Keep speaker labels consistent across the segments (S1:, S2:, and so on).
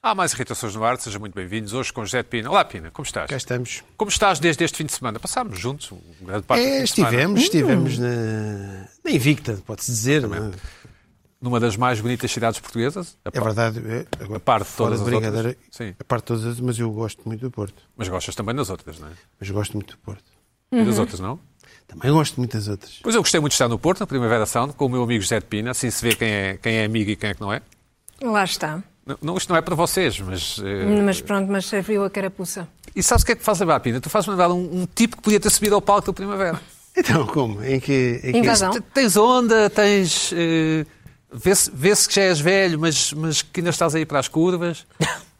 S1: Há mais irritações no ar, sejam muito bem-vindos. Hoje com José de Pina. Olá, Pina, como estás?
S2: Cá estamos.
S1: Como estás desde este fim de semana? Passámos juntos um grande parte do
S2: É,
S1: fim de semana. Hum.
S2: estivemos, estivemos na, na Invicta, pode-se dizer. não é?
S1: Numa das mais bonitas cidades portuguesas. A
S2: É
S1: par-
S2: verdade, é, agora,
S1: A parte de
S2: fora
S1: todas
S2: de
S1: as outras.
S2: brincadeira,
S1: Sim.
S2: a parte de todas as mas eu gosto muito do Porto.
S1: Mas gostas também das outras, não é?
S2: Mas gosto muito do Porto.
S1: E das outras, não?
S2: Também gosto muito das outras.
S1: Pois eu gostei muito de estar no Porto, na Primavera Sound, com o meu amigo José de Pina. Assim se vê quem é, quem é amigo e quem é que não é.
S3: Lá está.
S1: Não- Não, isto não é para vocês, mas... eh,
S3: Mas pronto, mas serviu a carapuça.
S1: E sabes o que é que faz lembrar, Pina? Tu fazes-me lembrar um, um tipo que podia ter subido ao palco da Primavera.
S2: Então, como? Em que. Em que
S3: Invasão.
S1: T- Tens onda, tens... eh, Vê-se vê-se que já és velho, mas, mas que ainda estás aí para as curvas.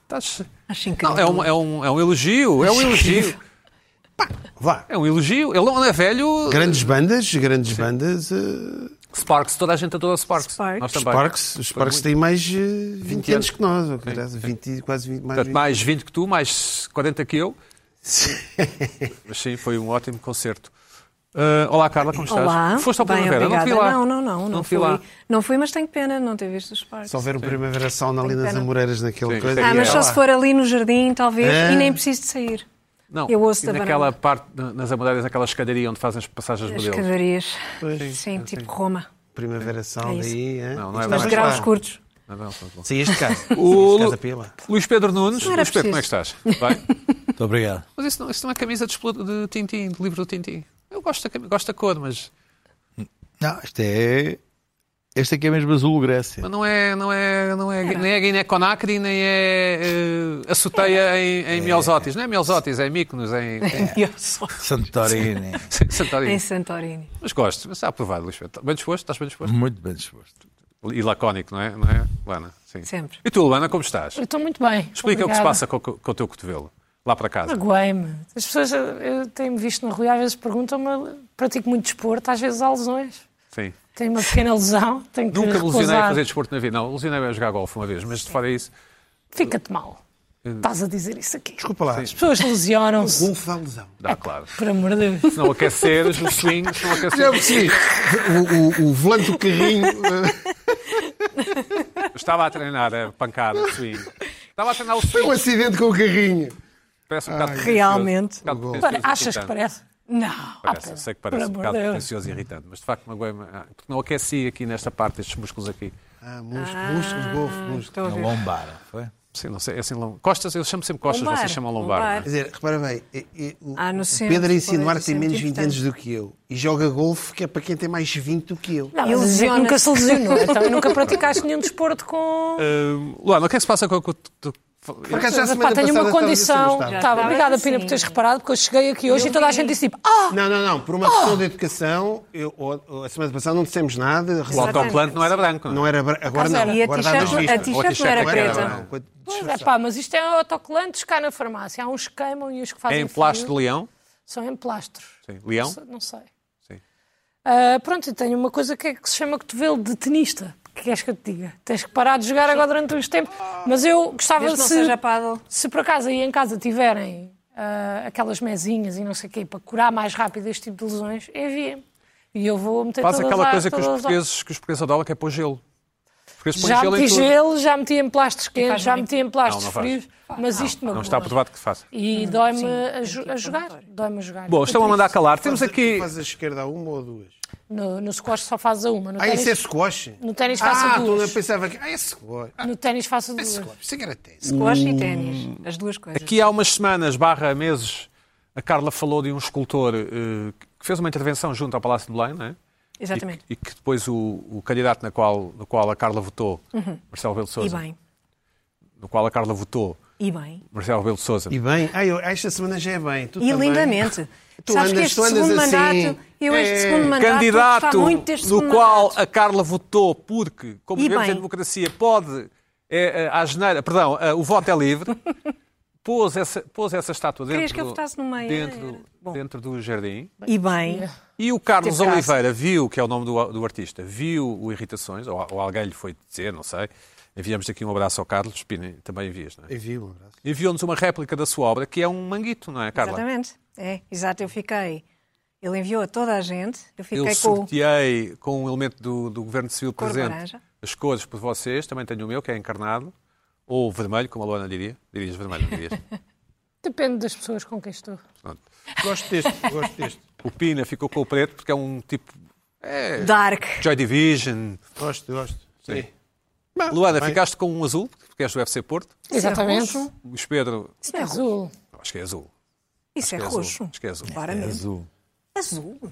S1: Estás...
S3: Acho incrível.
S1: Não, é, um, é, um, é um elogio, é um elogio.
S2: Vá.
S1: É um elogio. Ele não é velho.
S2: Grandes bandas, grandes bandas. eh,
S1: Sparks, toda a gente adora Sparks.
S3: Sparks.
S1: Nós
S2: os
S1: também.
S2: Sparks, os Sparks têm mais eh, 20, anos
S1: anos.
S2: que nós, ou caralho, 20, quase 20, mais
S1: Portanto,
S2: 20.
S1: mais 20 que tu, mais 40 que eu. Mas sim, foi um ótimo concerto. Ah, olá, Carla, como estás?
S3: Olá.
S1: Foste ao
S3: Bem,
S1: Primavera?
S3: obrigada.
S1: Não fui lá.
S3: Não, não, não. Não,
S1: fui
S3: fui.
S1: lá.
S3: Não fui, mas tenho pena não ter visto os parques.
S2: Se houver um Primavera Sauna ali
S3: Tenho
S2: nas
S3: pena.
S2: Amoreiras, naquele
S1: Sim,
S2: coisa.
S1: sim.
S3: Ah, mas
S2: é
S3: só
S2: lá.
S3: se for ali no jardim, talvez,
S2: Ah.
S3: e nem preciso de sair.
S1: Não,
S3: Eu ouço
S1: e
S3: da
S1: naquela
S3: varanda.
S1: parte, na- nas Amadeiras, naquela escadaria onde fazem as passagens
S3: As
S1: modelos.
S3: escadarias.
S2: Pois.
S3: Sim, tipo Roma.
S2: Primavera Sauna
S3: É isso.
S2: aí, hein?
S1: Não, não é
S2: Estás
S1: Mas
S3: Mas
S1: bem.
S2: lá.
S3: graus curtos.
S1: Ah, não, tá bom.
S2: Saíste de
S1: O
S2: casa. Saíste de casa
S1: Lu...
S2: para ir lá.
S1: Luís Pedro Nunes.
S3: Não era
S1: Luís Pedro, como é que estás? Bem?
S4: Muito obrigado.
S1: mas isso não, isso não é camisa de, explo- de Tintim, do livro do Tintim. Eu gosto da, cami- gosto da cor, mas,
S4: Não, isto é. Este aqui é mesmo azul Grécia.
S1: mas não é, não é, não é, nem é Guiné-Conakry, nem é eh, a Soteia em, em Miosótis. Não é Miosótis, é em Mykonos, em, em
S3: E eu só
S4: Santorini.
S5: É
S1: Santarém.
S3: em Santorini.
S1: Mas gosto, mas está aprovado, Luís Pedro. Tá Bem disposto? Estás bem disposto?
S4: Muito bem disposto.
S1: E lacónico, não é? Não é? Luana, sim.
S3: Sempre.
S1: E tu, Luana, como estás?
S5: Eu Estou muito bem.
S1: Explica o que se
S5: Obrigada.
S1: passa com, o co- com o teu cotovelo, lá para casa.
S5: Magoei-me. As pessoas, eu- eu tenho-me visto na rua, e às vezes perguntam-me, pratico muito desporto, às vezes há lesões.
S1: Sim.
S5: Tenho uma pequena lesão, tenho que
S1: Nunca me lesionei a
S5: recusar.
S1: fazer desporto na vida. Não, lesionei a jogar golfe uma vez, mas de fora é isso.
S5: Fica-te mal. Estás a dizer isso aqui. As
S2: Desculpa lá.
S5: pessoas lesionam-se,
S2: Golfo dá lesão.
S5: É.
S1: Dá, claro.
S5: por amor de Deus.
S1: Se não aqueceres, o swing, se não
S2: Já
S1: aqueceres.
S2: percebi. O, o, o volante do carrinho. eh,
S1: Eu Estava a treinar a pancada, o swing. Estava a treinar o
S2: Foi um
S1: swing.
S2: acidente com o carrinho.
S1: Parece um bocado. pretencioso.
S3: Realmente.
S1: Um bocado
S5: Para-
S1: pretencioso e
S5: achas que
S1: irritante.
S5: parece? Ah,
S3: Não.
S1: Parece,
S5: pera,
S1: sei que parece um
S5: por amor
S1: bocado
S5: de Deus.
S1: pretencioso e irritante, mas de facto magoei-me. ah, Porque não aqueci aqui nesta parte, estes músculos aqui.
S2: Ah, músculo, músculo, golfo, músculo.
S3: Ah, Estou a
S4: Na
S3: ver.
S4: lombara, foi?
S1: Sim, não sei, é assim lombar. Costas, eu chamo sempre costas,
S3: Lombar,
S1: vocês chamam lombar.
S3: lombar.
S1: não é?
S2: Quer dizer, repara bem, eh, eh, o
S3: Ah, no
S2: o
S3: centro,
S2: Pedro a
S3: pois,
S2: insinuar
S3: no
S2: que
S5: é
S2: tem menos
S3: centro
S2: 20 anos do que eu e joga golfe que é para quem tem mais 20 do que eu.
S5: Não, mas dizer que
S3: Lesiona-se.
S5: nunca se lesionou. Então eu nunca praticaste nenhum desporto com...
S1: é? Ah, Luana, o que é que se passa com o que tu.
S2: Por acaso já a
S5: Mas,
S2: semana
S5: pá, tenho
S2: passada
S5: uma
S2: estava a dizer sobre
S5: condição.
S2: o Estado.
S5: Estava,
S3: Já
S5: obrigada,
S3: estava
S5: Pina,
S3: assim.
S5: por teres reparado, porque eu cheguei aqui hoje e toda a gente disse tipo, ah,
S2: Não, não, não. Por uma questão de educação, eu- ou- ou a semana passada não dissemos nada.
S1: O
S3: Exatamente.
S1: autocolante não era branco, não
S2: Não
S1: é?
S2: era. bra- Agora não.
S5: era.
S3: E a
S2: Agora dá-nos
S3: t-shirt- a
S2: visto.
S3: t-shirt não
S1: Ou a
S3: era
S1: t-shirt
S2: Agora
S3: preta.
S2: não. Quando
S5: é Pois é,
S2: disfarçar.
S5: pá, mas isto é autocolantes cá na farmácia. Há uns que queimam e os que
S1: É
S5: fazem assim.
S1: em plástico
S5: frio
S1: de leão.
S5: São em plastros.
S1: Sim,
S5: Não
S1: leão.
S5: sei. Não sei.
S1: Sim.
S5: Ah, pronto, eu tenho uma coisa que, é que se chama cotovelo de tenista. O que queres que eu te diga? Tens que parar de jogar agora durante uns tempos. Mas eu gostava
S3: Desde que não
S5: se,
S3: seja paddle.
S5: se por acaso aí em casa tiverem ah, aquelas mesinhas e não sei o quê, para curar mais rápido este tipo de lesões, enviem-me. E eu vou meter
S1: Faz
S5: todas
S1: aquela
S5: lá-
S1: coisa que os
S5: todas lá.
S1: portugueses, que os portugueses adoram, que é pôr gelo. Os portugueses põem
S5: Já
S1: gelo em
S5: meti
S1: tudo.
S5: gelo, já meti em plásticos quentes,
S3: faz
S5: já
S3: bem.
S5: meti em plásticos
S1: Não, não faz.
S5: frios, mas isto me
S1: Não está aprovado que faça.
S5: E dói-me a, ju- a jogar. Dói-me a jogar.
S1: Bom, estão a
S3: Então,
S1: mandar calar. Temos
S2: Faz-
S1: aqui.
S2: Faz a esquerda a uma ou duas?
S5: No, no squash só faz a uma. No
S2: Ah,
S5: ténis,
S2: isso é squash?
S5: no ténis faço
S2: Ah, tu não
S5: duas.
S2: pensava que. Ah, é squash. Ah,
S5: No ténis faço
S2: é
S5: duas.
S2: squash. Isso é que era ténis.
S3: Squash e ténis. As duas coisas.
S1: Aqui é há umas semanas, barra meses, a Carla falou de um escultor eh, que fez uma intervenção junto ao Palácio de Belém, não é?
S3: Exatamente.
S1: E, que depois o, o candidato na qual, no qual a Carla votou, Marcelo Rebelo de
S3: Uhum. E
S1: Sousa,
S3: bem.
S1: no qual a Carla votou,
S3: E bem.
S1: Marcelo Rebelo de Sousa,
S2: E bem, ah, eu, esta semana já é bem. Tu
S3: E
S2: também.
S3: lindamente.
S2: Tu
S3: Sabes
S2: andas-
S3: que este
S2: tu andas
S3: segundo
S2: assim.
S3: mandato, eu este
S2: É,
S3: segundo mandato, eu
S1: candidato
S3: gostava muito deste
S1: no
S3: segundo
S1: qual
S3: mandato.
S1: a Carla votou porque, como
S3: E
S1: vivemos
S3: bem.
S1: em democracia, pode, é, é, à geneira, perdão, é, o voto é livre, pôs essa, pôs essa estátua dentro,
S3: Querias que eu
S1: do-
S3: votasse no meio,
S1: dentro,
S3: era. Bom.
S1: dentro do jardim.
S3: E bem,
S2: É.
S1: E o Carlos
S3: Teve graça.
S1: Oliveira viu, que é o nome do, do artista, viu o Irritações, ou, ou alguém lhe foi dizer, não sei. Enviamos aqui um abraço ao Carlos, Pina, também envias, não é?
S2: Envio um abraço.
S1: Enviou-nos uma réplica da sua obra, que é um manguito, não é, Carla?
S3: exatamente. É, exato, eu fiquei. Ele enviou a toda a gente, eu
S1: Eu
S3: fiquei é com o
S1: sorteei com um elemento do, do Governo Civil
S3: Cor
S1: presente
S3: laranja.
S1: as cores por vocês, também tenho o meu, que é encarnado. Ou vermelho, como a Luana diria. Dirias vermelho, não dirias?
S5: Depende das pessoas com quem estou.
S1: Pronto.
S2: Gosto deste, gosto deste.
S1: O Pina ficou com o preto porque é um tipo. É,
S3: Dark.
S1: Joy Division.
S2: Gosto, gosto. Sim.
S1: Luana,
S2: bem.
S1: ficaste com um azul, porque és do UFC Porto.
S2: é
S5: Exatamente.
S1: O Luís Pedro,
S3: Isso
S5: É
S3: é roxo.
S5: azul.
S1: acho que é azul.
S3: Isso é
S1: É azul,
S3: roxo.
S1: Acho que é azul.
S3: Claramente.
S4: Azul.
S3: Azul.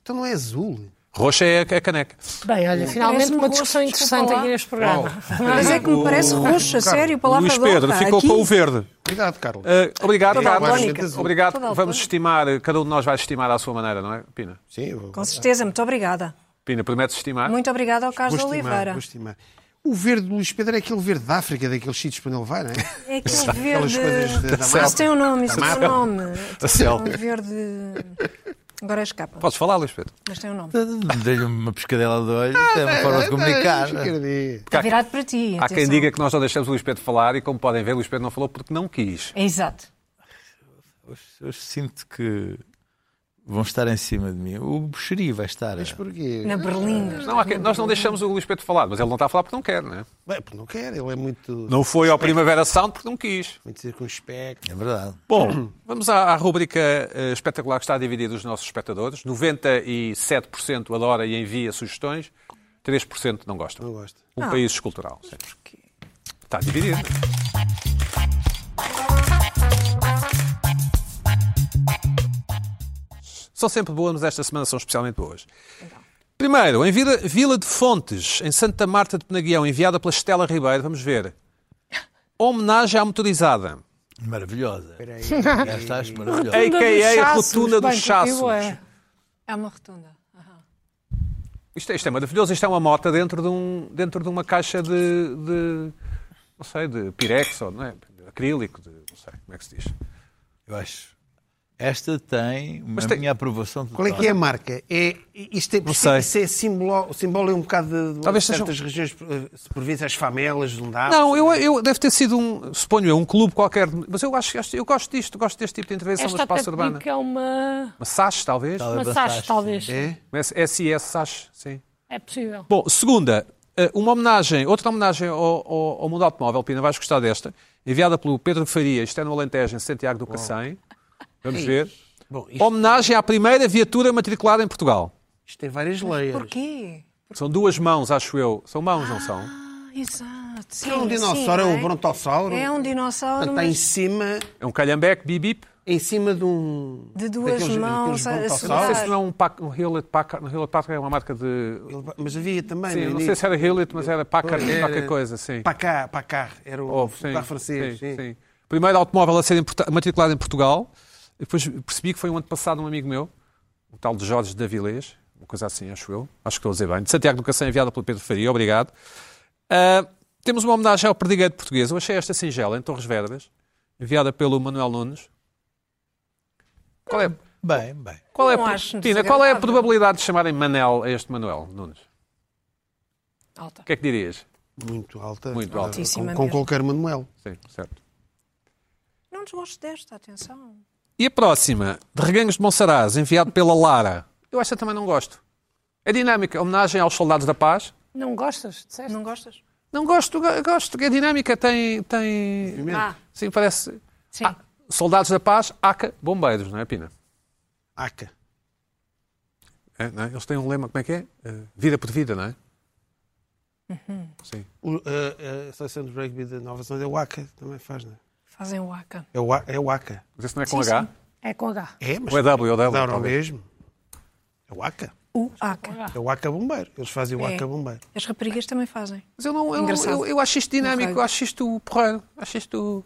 S2: Então não é azul.
S1: Roxo é a- a caneca.
S5: Bem, olha, finalmente
S3: Parece-me
S5: uma discussão
S3: roxo, desculpa
S5: interessante
S3: lá.
S5: aqui neste programa.
S3: Mas é que me parece roxo, a sério, palavra
S1: Luís Pedro
S3: de honra.
S1: ficou
S3: Aqui,
S1: com o verde.
S2: Obrigado, Carlos.
S1: Eh, obrigado,
S2: Toda
S1: Carlos.
S2: daltónica. Azul.
S1: Obrigado.
S3: Toda daltónica.
S1: Vamos estimar, eh, cada um de nós vai estimar à sua maneira, não é, Pina?
S2: Sim, eu vou.
S3: Com certeza, muito obrigada.
S1: Pina, prometes estimar?
S3: Muito obrigada ao
S2: Vou
S3: Carlos
S2: estimar,
S3: Oliveira.
S2: vou estimar. O verde do Luís Pedro é aquele verde da África, daqueles sítios para onde ele vai, não é?
S3: É aquele
S2: Aquelas coisas
S3: verde.
S2: de- da
S3: Isso
S2: mata.
S3: tem um nome, isso tem um nome.
S1: céu.
S3: Um verde. Agora escapa,
S1: Podes falar, Luís Pedro.
S3: mas tem um nome.
S4: Dei-lhe uma pescadela de olho,
S1: Ah,
S4: é uma forma de
S2: É,
S4: comunicar.
S2: Esquerdi.
S3: Está virado para ti.
S1: Há quem
S3: atenção.
S1: diga que nós não deixamos o Luís Pedro falar e, como podem ver, o Luís Pedro não falou porque não quis.
S3: É exato.
S4: Eu sinto que vão estar em cima de mim. O Buxeri vai estar. é,
S2: Mas porquê?
S3: Na Berlinda.
S1: Não, há quem- nós não deixamos o Luís Pedro falar, mas ele não está a falar porque não quer, não é?
S2: Bem, porque não quer, ele é muito,
S1: Não foi ao Primavera Sound porque não quis.
S2: muito circunspecto.
S4: É verdade.
S1: Bom, vamos à, à rubrica eh, espetacular que está a dividir os nossos espectadores. 97% adora e envia sugestões, 3% não gostam.
S2: Não gosto.
S1: Um país escultural. sim. Está dividido. São sempre boas, mas esta semana são especialmente boas. Primeiro, em Vila, Vila de Fontes, em Santa Marta de Penaguião, enviada pela Estela Ribeiro, vamos ver. Homenagem à motorizada.
S4: Maravilhosa. Já estás maravilhosa.
S1: Ei,
S5: Rotunda
S1: quem
S5: dos
S1: é a
S5: Chassos.
S1: rotunda dos
S5: Bem,
S1: Chassos?
S5: contigo é.
S3: É uma rotunda. Aham.
S1: Isto, é- isto é maravilhoso. Isto é uma moto dentro de, um, dentro de uma caixa de, de- Não sei, de pirex ou não é? Acrílico, de, não sei como é que se diz.
S4: Eu acho. Esta tem uma
S1: Mas tem-
S4: minha aprovação total.
S2: Qual é que é a marca? É, isto é, isto
S1: sei.
S2: é, isto é simbolo, simbolo é um bocado de
S1: Talvez seja um-
S2: certas regiões, eh, se por vezes as famelas, não dá?
S1: Não, eu, eu deve ter sido um. Suponho eu, um clube qualquer. Mas eu acho acho- eu gosto disto, gosto deste tipo de intervenção no
S5: Esta até
S1: espaço urbano.
S5: digo que é uma.
S1: Uma SAS, talvez.
S4: Tal-
S5: Uma
S4: Avançaste.
S5: sache, talvez. É,
S2: É?
S1: SIS SAS, sim.
S5: possível.
S1: Bom, segunda, eh, uma homenagem, outra homenagem ao, ao, ao mundo automóvel, Pina, vais gostar desta, enviada pelo Pedro Faria, isto é no Alentejo, em Santiago do Cacém. Vamos ver.
S2: Bom, isto-
S1: Homenagem à primeira viatura matriculada em Portugal.
S2: Isto tem várias leias.
S3: Porquê?
S1: São duas mãos, acho eu. São mãos, não são?
S3: Ah, exato. Sim,
S2: É um
S3: sim,
S2: dinossauro, é
S3: não
S2: um brontossauro.
S3: É um dinossauro,
S2: Portanto, Está em
S3: mas
S2: cima,
S1: É um calhambeque, bibip.
S2: em cima de um...
S3: de duas
S2: daqueles-
S3: mãos a
S2: daqueles
S3: a
S1: Não sei
S2: brontosauros.
S1: se
S3: segurar.
S1: não é um, Pac- um Hewlett Packard. Um Hewlett Packard é uma marca de...
S2: Ele- Mas havia também,
S1: Sim,
S2: no
S1: não sei
S2: início.
S1: se era Hewlett, mas era Packard,
S2: Era-
S1: qualquer coisa, sim.
S2: Para cá, para cá. Era o
S1: Oh, sim,
S2: carro francês.
S1: sim,
S2: Sim,
S1: sim. Primeiro automóvel a ser importa- matriculado em Portugal. Depois percebi que foi um ano passado um amigo meu, o tal de Jorge Davilés, uma coisa assim, acho eu. Acho que estou a dizer bem. De Santiago do Cacém, enviada pelo Pedro Faria, obrigado. Ah, temos uma homenagem ao perdigueiro português. Eu achei esta singela, em Torres Vedras, enviada pelo Manuel Nunes. Qual é,
S4: Bem, bem.
S1: qual é,
S3: Não
S1: a,
S3: acho
S1: Tina, qual é a
S3: desagradável.
S1: probabilidade de chamarem Manel a este Manuel Nunes?
S3: Alta.
S1: O que é que dirias?
S2: Muito alta.
S1: Muito alta.
S3: Altíssima
S2: Com, com
S3: mesmo.
S2: qualquer Manuel.
S1: Sim, certo.
S3: Não desgosto desta, atenção.
S1: E a próxima, de Reganhos de Monsaraz, enviado pela Lara. Eu esta também não gosto. É dinâmica, homenagem aos soldados da paz.
S5: Não gostas? Disseste?
S3: Não gostas?
S1: Não gosto, go- gosto, que é dinâmica, tem... tem...
S3: Ah,
S1: Sim, parece...
S3: sim.
S1: Ah, soldados da paz, ACA, bombeiros, não é, Pina?
S2: Aca.
S1: É, não é? Eles têm um lema, como é que é? Eh, vida por vida, não é? Sim.
S2: O, eh, a, a seleção de rugby da Nova Zelândia, o Aca também faz, não é?
S3: Fazem o aca.
S2: É o, A- é o Aca.
S1: Mas esse não é com
S5: Sim,
S1: H?
S5: sim. É com H.
S2: É, mas
S1: Ou é W, ou W,
S2: dá o
S1: talvez.
S2: mesmo. É o Aca.
S3: O aca.
S2: É o Aca Bombeiro. Eles fazem o
S3: É.
S2: Aca Bombeiro.
S3: As raparigas também fazem.
S1: Mas eu não... Eu, não-
S3: Engraçado.
S1: eu, eu acho isto dinâmico,
S3: Porreiro.
S1: eu acho isto porreiro, acho isto...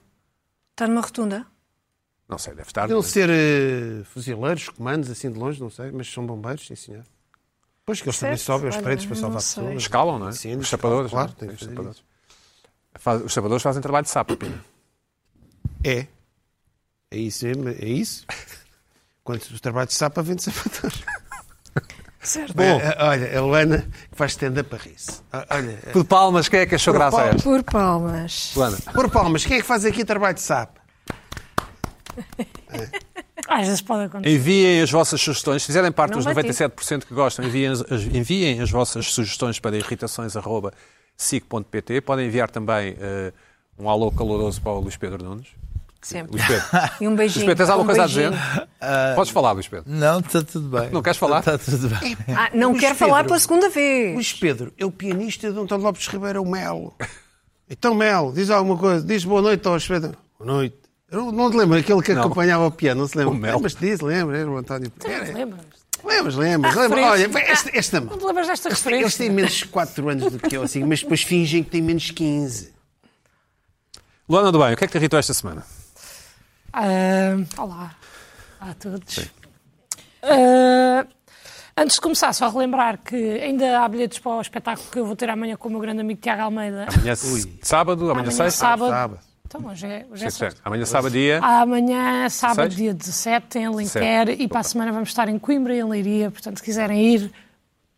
S3: Está numa rotunda?
S1: Não sei, deve estar...
S2: Deviam ser eh, fuzileiros, comandos, assim de longe, não sei, mas são bombeiros, sim senhor. Pois que eles também
S3: Certo,
S2: sobem os
S3: olha,
S2: prédios para
S3: não
S2: salvar
S3: sei.
S2: pessoas.
S1: Escalam, não é?
S2: Sim,
S1: os
S2: escalam,
S1: sapadores.
S2: claro,
S1: não é?
S2: tem que
S1: Os
S2: fazer
S1: sapadores. Faz- os sapadores fazem trabalho de sapo, Pina.
S2: É. É isso, mesmo, é isso. Quando o trabalho de sapa vende sapatões.
S3: Certo.
S2: Bom, olha, a Luana que faz stand-up a rir-se. Ah, Olha, eh,
S1: Por palmas, quem é que achou
S2: Por
S1: graça a esta?
S3: Por palmas.
S1: Luana.
S2: por palmas, quem é que faz aqui trabalho de sapa?
S5: Às vezes pode acontecer.
S1: Enviem as vossas sugestões, se fizerem parte
S3: Não
S1: dos
S3: vai ter.
S1: 97% que gostam, enviem as, as- enviem as vossas sugestões para irritações.sic.pt. Podem enviar também eh, Um alô caloroso para o Luís Pedro Nunes.
S3: Sempre.
S1: Luís Pedro,
S3: E um beijinho.
S1: Luís Pedro tens
S3: um
S1: alguma coisa a dizer?
S3: beijinho.
S1: Podes falar, Luís Pedro.
S4: Não, está tudo bem.
S1: Não queres falar? É
S4: Está tudo bem.
S3: Ah, não
S2: Luís
S3: quero
S2: Pedro.
S3: falar pela segunda vez.
S2: Luís Pedro é o pianista de António Lopes Ribeiro, é o Mel. Então, Mel, diz alguma coisa. Diz boa noite ao Pedro. Boa noite. Eu não te lembro, aquele que
S1: Não.
S2: acompanhava o piano, não se lembra?
S1: O Mel.
S2: Mas diz, lembra, era o António.
S5: Então,
S2: Era,
S5: Lembras?
S2: Lembras, lembras. lembras. Olha,
S5: referência.
S2: esta, esta
S5: Não te lembras desta referência?
S2: Eles têm menos 4 anos do que eu, assim, mas depois fingem que têm menos 15.
S1: Luana do Bem, o que é que te irritou esta semana?
S5: Ah, olá. Olá a todos. Ah, antes de começar, só relembrar que ainda há bilhetes para o espetáculo que eu vou ter amanhã com o meu grande amigo Tiago Almeida.
S1: Amanhã sábado, amanhã,
S5: Amanhã
S1: sexta?
S5: sábado.
S2: Sábado.
S5: Então, hoje é, hoje
S1: Sim,
S5: é sexta.
S1: certo. Amanhã sábado é dia.
S3: Ah.
S5: Amanhã, sábado,
S1: Seis?
S5: dia 17, em
S1: Certo.
S5: Alenquer. E para a semana vamos estar em Coimbra e em Leiria. Portanto, se quiserem ir,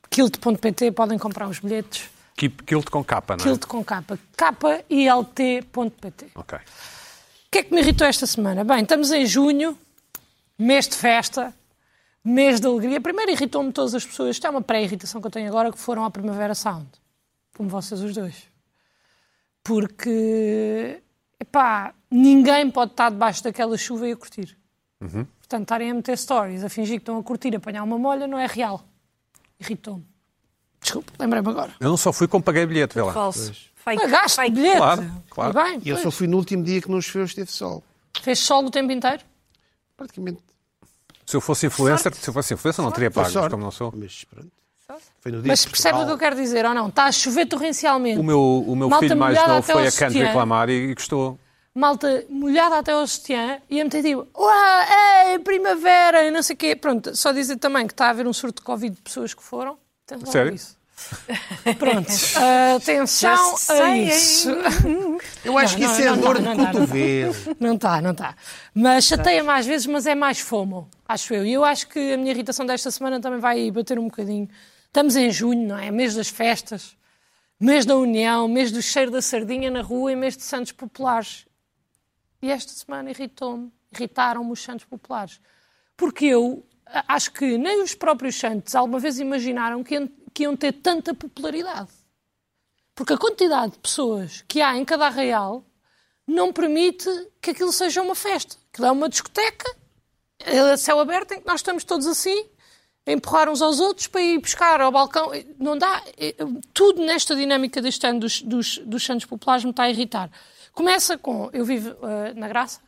S5: quilt.pt, podem comprar os bilhetes.
S1: Keep Kilt com capa, não é?
S5: Quilt com capa. kilt.pt.
S1: Ok.
S5: O que é que me irritou esta semana? Bem, estamos em junho, mês de festa, mês de alegria. Primeiro irritou-me todas as pessoas. Isto é uma pré-irritação que eu tenho agora, que foram à Primavera Sound. Como vocês os dois. Porque, epá, ninguém pode estar debaixo daquela chuva e a curtir.
S2: Uhum.
S5: Portanto, estarem a meter stories, a fingir que estão a curtir, a apanhar uma molha, não é real. Irritou-me. Desculpa, lembrei-me agora.
S1: Eu não só fui como paguei bilhete, vê lá.
S3: Falso. Fake.
S5: Pagaste
S3: Fake.
S5: bilhete.
S1: Claro, claro.
S5: E bem,
S2: E eu
S5: pois.
S2: só fui no último dia que não choveu, esteve sol.
S5: fez sol o tempo inteiro.
S2: Praticamente.
S1: Se eu fosse influencer, se eu fosse influencer, não teria pago,
S2: Foi
S1: mas
S2: sorte.
S1: como não sou.
S2: Mas pronto. Foi no dia
S5: Mas
S2: de
S5: percebe o que
S2: Portugal.
S5: eu quero dizer, ou não? Está a chover torrencialmente.
S1: O meu, o meu
S5: Malta
S1: filho mais
S5: molhada
S1: novo
S5: até
S1: foi
S5: ao
S1: a canto
S5: sutiã.
S1: reclamar e, e gostou.
S5: Malta molhada até ao sutiã e a meter tipo, uau, ei, primavera, e não sei o quê. Pronto, só dizer também que está a haver um surto de Covid de pessoas que foram. Tem logo
S1: Sério?
S5: Isso. Pronto, atenção
S3: Já
S5: a
S3: sei,
S5: isso.
S2: Eu acho
S5: Não,
S2: que
S5: não,
S2: isso é
S5: não,
S2: dor
S5: não,
S2: de
S5: não, não.
S2: cotovelo.
S5: Não está, não está. Mas chateia mais vezes, mas é mais fomo, acho eu. E eu acho que a minha irritação desta semana também vai bater um bocadinho. Estamos em junho, não é? Mês das festas, mês da união, mês do cheiro da sardinha na rua e mês de Santos Populares. E esta semana irritou-me, irritaram-me os Santos Populares. Porque eu a- acho que nem os próprios Santos alguma vez imaginaram que iam- que iam ter tanta popularidade. Porque a quantidade de pessoas que há em cada arraial não permite que aquilo seja uma festa. Aquilo é uma discoteca, é a céu aberto, em que nós estamos todos assim, a empurrar uns aos outros para ir buscar ao balcão. Não dá. É, Tudo nesta dinâmica deste ano dos, dos, dos Santos Populares me está a irritar. Começa com. Eu vivo eh, na Graça.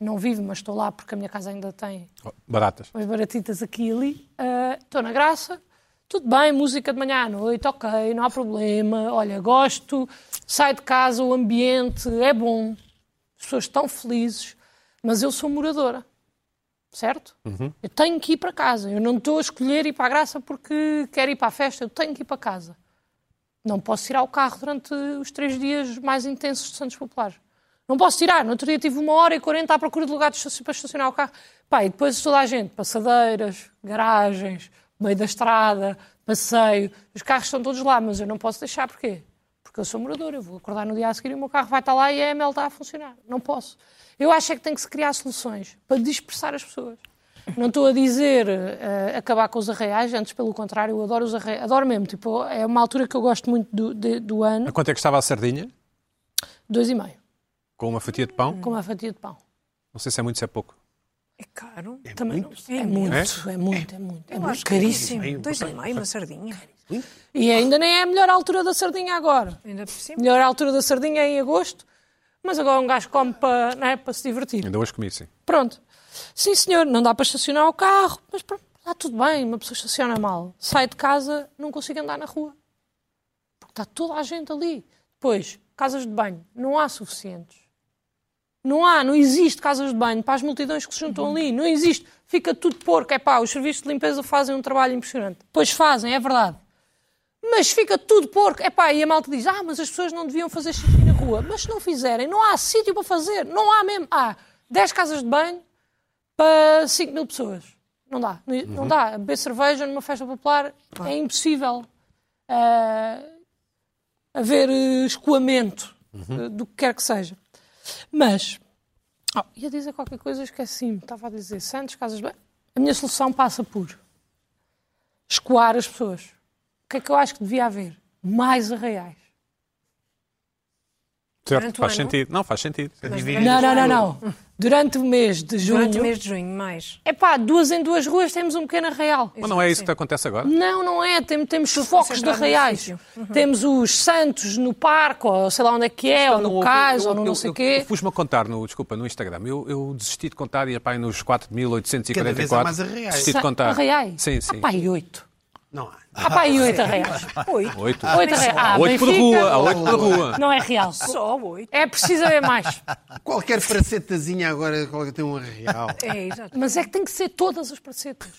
S5: Não vivo, mas estou lá porque a minha casa ainda tem
S2: Oh,
S1: Baratas.
S5: umas baratitas aqui e ali. Ah, Estou na graça. Tudo bem, música de manhã à noite, ok, não há problema. Olha, gosto, saio de casa, o ambiente é bom, as pessoas estão felizes, mas eu sou moradora, certo? Eu tenho que ir para casa. Eu não estou a escolher ir para a graça porque quero ir para a festa, eu tenho que ir para casa. Não posso tirar o carro durante os três dias mais intensos de Santos Populares. Não posso tirar. No outro dia tive uma hora e quarenta à procura de lugar de estaci- para estacionar o carro. Pá, e depois toda a gente, passadeiras, garagens, meio da estrada, passeio, os carros estão todos lá, mas eu não posso deixar. Porquê? Porque eu sou morador, eu vou acordar no dia a seguir e o meu carro vai estar lá e a ML está a funcionar. Não posso. Eu acho é que tem que se criar soluções para dispersar as pessoas. Não estou a dizer eh, acabar com os arraiais, antes pelo contrário, eu adoro os arraiais, adoro mesmo. Tipo, é uma altura que eu gosto muito do, de- do
S1: A
S5: ano,
S1: quanto é que estava a sardinha?
S5: dois e meio,
S1: Com uma fatia de pão?
S5: com uma fatia de pão.
S1: Não sei se é muito, se é pouco.
S3: É caro.
S5: Também não sei. é muito, é muito, é muito. É
S3: Eu acho
S5: muito.
S3: caríssimo. Dois e meio, uma sardinha.
S5: E ainda nem é a melhor altura da sardinha agora.
S3: Ainda por cima.
S5: Melhor altura da sardinha é em agosto, mas agora um gajo come para, não é, para se divertir.
S1: Ainda hoje comi, sim.
S5: Pronto. Sim, senhor, não dá para estacionar o carro, mas pronto, está tudo bem, uma pessoa estaciona mal. Sai de casa, não consigo andar na rua. Porque está toda a gente ali. Depois, casas de banho, não há suficientes. Não há, não existe casas de banho para as multidões que se juntam ali, não existe. Fica tudo porco, é pá, os serviços de limpeza fazem um trabalho impressionante. Pois fazem, é verdade. Mas fica tudo porco. Epá, e a malta diz, ah, mas as pessoas não deviam fazer xixi na rua. Mas se não fizerem, não há sítio para fazer. Não há mesmo. Há 10 casas de banho para 5 mil pessoas. Não dá. Não, não dá. Beber cerveja numa festa popular é impossível. Ah, haver eh, escoamento eh, do que quer que seja. Mas, oh, ia dizer qualquer coisa, esqueci-me. Estava a dizer Santos, Casas de Banho. A minha solução passa por escoar as pessoas. O que é que eu acho que devia haver? Mais arraiais.
S1: Certo,
S3: Durante o
S1: faz
S3: ano?
S1: sentido. Não, faz sentido.
S3: Mas
S4: Divide.
S3: durante
S5: Não,
S3: o
S5: não, não,
S3: ano-
S5: não. Durante o mês de
S3: Durante o
S5: junho.
S3: mês de junho, mais.
S5: É pá, duas em duas ruas temos um pequeno arraial.
S1: Mas não é isso que acontece agora?
S5: Não, não é. Tem- temos focos de
S3: concentrado num
S5: arraiais.
S3: sítio. Uhum.
S5: Temos os Santos no parque, ou sei lá onde é que é, ou
S1: Não,
S5: no
S1: eu-
S5: Cais,
S1: eu-
S5: ou no
S1: eu-
S5: não sei
S1: eu-
S5: o quê.
S1: Eu pus-me a contar, no, desculpa, no Instagram. Eu, eu desisti de contar e ia pá, aí nos
S2: Cada vez há
S1: 4.844.
S2: mais arreais.
S1: Desisti
S5: Sa-
S1: de contar.
S5: Arraiais?
S1: Sim, sim.
S5: Há pá, e oito.
S2: Não há.
S5: Há pá, e oito arraiais.
S3: Oito.
S1: Oito.
S5: Oito arraiais. Ah,
S1: Há oito por
S5: Benfica,
S1: rua. Há oito por rua.
S5: Não é real.
S3: Só oito.
S5: É preciso haver mais.
S2: Qualquer facetazinha agora qualquer tem um arreal.
S3: É, exato.
S5: Mas é que tem que ser todas as pracetas.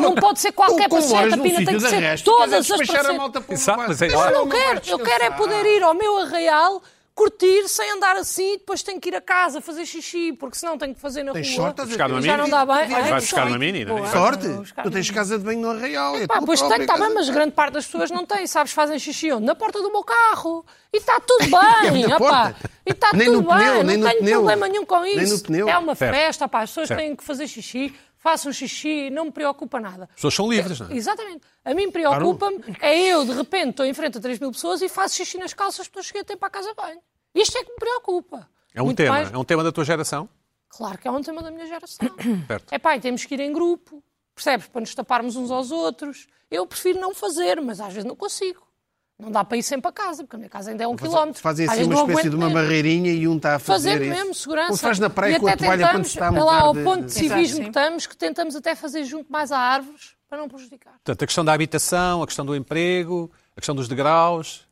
S5: Não pode ser qualquer
S2: O comboio
S5: praceta,
S1: um
S2: num
S5: Pina, tem
S2: sítio
S5: que
S2: um de é
S5: ser
S2: arresto,
S5: todas
S2: estás a
S5: as
S2: despachar a
S5: pracetas.
S2: malta um para o
S1: Exato,
S2: bar.
S1: mas é-
S5: Mas eu não
S2: Não
S5: quero,
S2: vais
S5: eu quero é
S2: descansar.
S5: poder ir ao meu arraial, curtir, sem andar assim, e depois tenho que ir a casa fazer xixi, porque senão tenho que fazer na
S2: Tens
S5: rua.
S2: sorte, estás a
S1: Buscar
S2: ver?
S1: numa
S5: Já não dá bem.
S2: Vai
S5: Olha,
S1: Vai
S5: que
S1: buscar uma
S5: sorte.
S1: mini, não é?
S5: Boa.
S2: Sorte,
S5: Vou buscar
S2: tu tens casa de banho no arraial. É
S5: Pá,
S2: tua
S5: pois tá
S2: própria
S5: tenho, está
S2: casa
S5: bem,
S2: de
S5: mas grande parte das pessoas não tem, sabes, fazem xixi onde? Na porta do meu carro. E está tudo bem,
S2: na
S5: opá.
S2: porta.
S5: E está
S2: Nem
S5: tudo
S2: no pneu,
S5: bem,
S2: nem
S5: não
S2: no
S5: tenho
S2: pneu.
S5: problema nenhum com
S2: Nem
S5: isso.
S2: no pneu.
S5: É uma
S1: Certo.
S5: festa, opá, as pessoas
S1: Certo.
S5: têm que fazer xixi, façam xixi, não me preocupa nada.
S1: As pessoas são livres, não é?
S5: Exatamente. A mim preocupa-me é eu, de repente, estou em frente a 3 mil pessoas e faço xixi nas calças, as pessoas chegam a tempo à casa de banho. Isto é que me preocupa.
S1: É um
S5: Muito
S1: tema.
S5: mais-
S1: É um tema da tua geração.
S5: Claro que é um tema da minha geração.
S1: Certo.
S5: É pá, e temos que ir em grupo, percebes? Para nos taparmos uns aos outros. Eu prefiro não fazer, mas às vezes não consigo. Não dá para ir sempre a casa, porque a minha casa ainda é um quilómetro.
S2: Fazem
S5: Às
S2: assim
S5: vezes
S2: uma
S5: não
S2: espécie
S5: aguento
S2: de uma
S5: mesmo.
S2: barreirinha e um está a fazer.
S5: Fazer
S2: esse.
S5: mesmo, segurança.
S2: Ou se faz na
S5: E
S2: praia com a
S5: até
S2: toalha quando
S5: tentamos,
S2: se está a
S5: é lá
S2: mudar
S5: ao
S2: de...
S5: ponto de
S2: de-
S5: civismo
S3: sim.
S5: que estamos, que tentamos até fazer junto mais a árvores, para não prejudicar.
S1: Portanto, a questão da habitação, a questão do emprego, a questão dos degraus,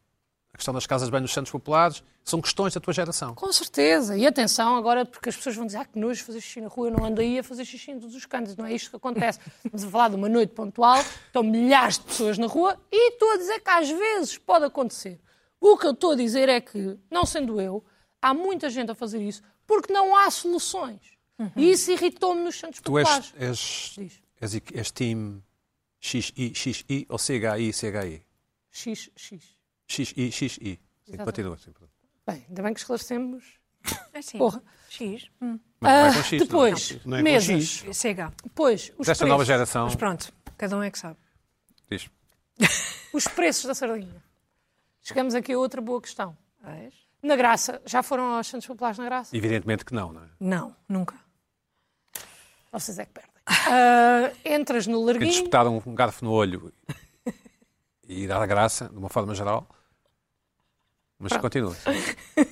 S1: a questão das casas bem nos centros populares, são questões da tua geração.
S5: Com certeza. E atenção agora, porque as pessoas vão dizer ah, que nojo fazer xixi na rua, eu não ando aí a fazer xixi em todos os cantos. Não é isto que acontece. Estamos a falar de uma noite pontual, estão milhares de pessoas na rua e estou a dizer que às vezes pode acontecer. O que eu estou a dizer é que, não sendo eu, há muita gente a fazer isso porque não há soluções. E isso irritou-me nos Santos
S1: Tu és,
S5: Populares.
S1: és,
S5: Diz.
S1: és, és time XI, XI ou CHI, CHI?
S5: X, X.
S1: XI, XI. Sim, continua. Sim, perdão.
S5: Bem, ainda bem que esclarecemos.
S3: Assim.
S5: Porra.
S3: X. Hum.
S1: Mas não é com
S5: Ah,
S1: X, não é?
S5: depois,
S2: Não é com
S5: mesas.
S2: X.
S3: CH.
S5: Depois, os
S1: Desta nova
S5: preços.
S1: geração.
S3: Mas pronto, cada um é que sabe.
S1: Diz.
S5: Os preços da sardinha. Chegamos aqui a outra boa questão. Na Graça, já foram aos Santos Populares na Graça?
S1: Evidentemente que não, não é?
S3: Não, nunca.
S5: Vocês é que perdem. Ah, entras no
S1: Quem
S5: Larguinho,
S1: disputar um um garfo no olho e dar a graça, de uma forma geral. Mas
S5: É
S1: continua.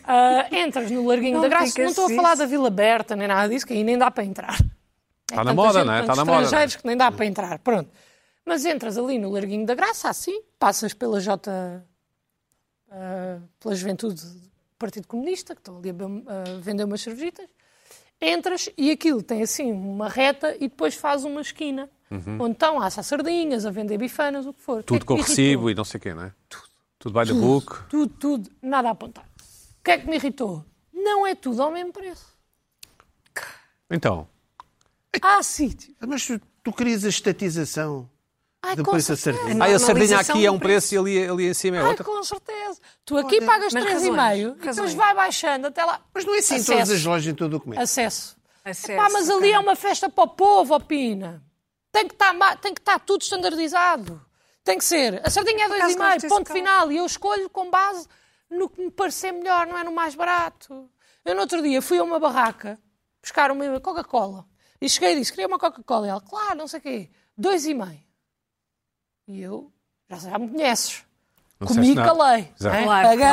S5: ah, entras no Larguinho
S3: Não
S5: da Graça,
S3: fica
S5: não estou a
S3: assim.
S5: falar da Vila Berta nem nada disso, que aí nem dá para entrar.
S1: Está na
S5: tanta
S1: moda,
S5: gente,
S1: não é? Está
S5: tantos
S1: na moda. não é?
S5: estrangeiros que nem dá para entrar, pronto. Mas entras ali no Larguinho da Graça, assim, passas pela J... ah, pela Juventude do Partido Comunista, que estão ali a be- a vender umas cervejitas, entras e aquilo tem assim uma reta e depois faz uma esquina, onde estão a assar sardinhas, a vender bifanas, o que for. O que é
S1: Uhum. Tudo
S5: que
S1: com
S5: me irritou?
S1: recibo e não sei o quê, não é? Tudo. Tudo by the book.
S5: Tudo, tudo, nada a apontar. O que é que me irritou? Não é tudo ao mesmo preço.
S1: Então,
S5: Há sítios.
S2: Mas tu, tu querias a estatização
S5: Ai,
S2: do
S5: com
S2: preço da
S5: certeza.
S2: sardinha.
S1: ah, a
S3: normalização
S1: sardinha aqui é um
S3: do
S1: preço e ali, ali em cima é
S5: Ai,
S1: outro.
S5: com certeza. Tu aqui pagas
S3: mas
S5: 3,5
S3: razões,
S5: e depois
S3: razões.
S5: vai baixando até lá. é
S2: Mas não é assim em todas as lojas em todo o comércio.
S5: Acesso.
S3: Acesso,
S5: Epá, mas ali
S3: ok.
S5: é uma festa para o povo, opina. Tem que estar, ma- tem que estar tudo estandardizado. Tem que ser. A sardinha é
S3: acaso gosto
S5: 2,5,
S3: desse
S5: ponto
S3: carro.
S5: final. E eu escolho com base no que me parecer melhor, não é no mais barato. Eu, no outro dia, fui a uma barraca buscar uma Coca-Cola. E cheguei e disse: queria uma Coca-Cola. E ela, claro, não sei o quê. 2,5. E eu, já, já me conheces.
S1: Não
S5: Comi e
S1: disseste nada.
S5: calei.
S1: Exato.
S5: né?
S3: Claro,
S5: Paguei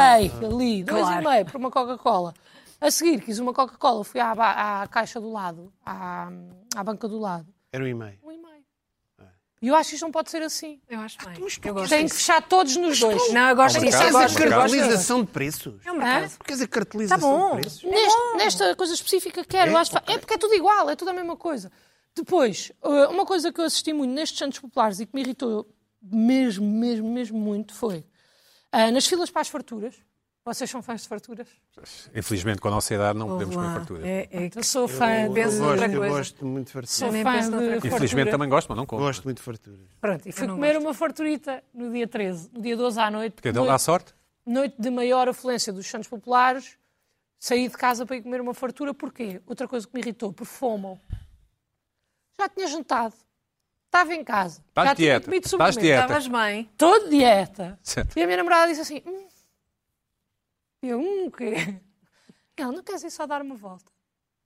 S5: ali dois
S3: Claro.
S5: e meio por uma Coca-Cola. A seguir quis uma Coca-Cola, fui à, ba- à caixa do lado, à, à banca do lado.
S2: Era um e-mail.
S5: Um e meio. E eu acho que isto não pode ser assim.
S3: Eu acho bem.
S2: mas tu
S3: Eu gosto
S5: Tem que
S3: disso.
S5: fechar todos nos dois.
S3: Não, eu gosto
S1: Ao
S3: disso. Eu
S1: mercado.
S3: gosto
S2: Queres a
S1: Mercado.
S3: disso.
S2: cartelização de preços?
S5: um
S3: É o mercado.
S2: Por causa da cartelização
S3: Tá bom.
S2: de preços?
S5: Neste- nesta coisa específica quero. É, acho, que fa- é porque é tudo igual, é tudo a mesma coisa. Depois, eh, uma coisa que eu assisti muito nestes Santos Populares e que me irritou mesmo, mesmo, mesmo muito foi ah, nas filas para as farturas. Vocês são fãs de farturas?
S1: Infelizmente, com a nossa idade, não podemos
S3: Vamos
S1: comer
S3: lá.
S1: fartura.
S3: É, é que
S5: Eu sou fã
S3: eu
S5: de
S2: Eu
S3: Pensa
S2: gosto,
S3: noutra
S2: eu
S3: coisa.
S2: gosto muito de
S5: Sou
S2: fartura.
S3: Também
S5: fã
S3: penso noutra
S5: de
S3: coisa.
S1: Infelizmente,
S5: fartura.
S1: também gosto, mas não como.
S2: Gosto muito de fartura.
S5: Pronto, e fui
S3: não
S5: comer uma farturita no dia 13, no dia 12 à noite.
S1: Porque então
S5: noite,
S1: dá sorte?
S5: noite de maior afluência dos Santos Populares. Saí de casa para ir comer uma fartura. Porquê? Outra coisa que me irritou, por fome. Já tinha jantado. Estava em casa.
S1: Estás
S5: já tinha
S1: dieta,
S5: comido
S1: estás
S5: suplemento.
S1: dieta.
S3: Estavas bem.
S5: Estou de dieta.
S1: Certo.
S5: E a minha namorada disse assim... Hum. E eu, hum, o quê? Ele, não queres ir só dar uma volta?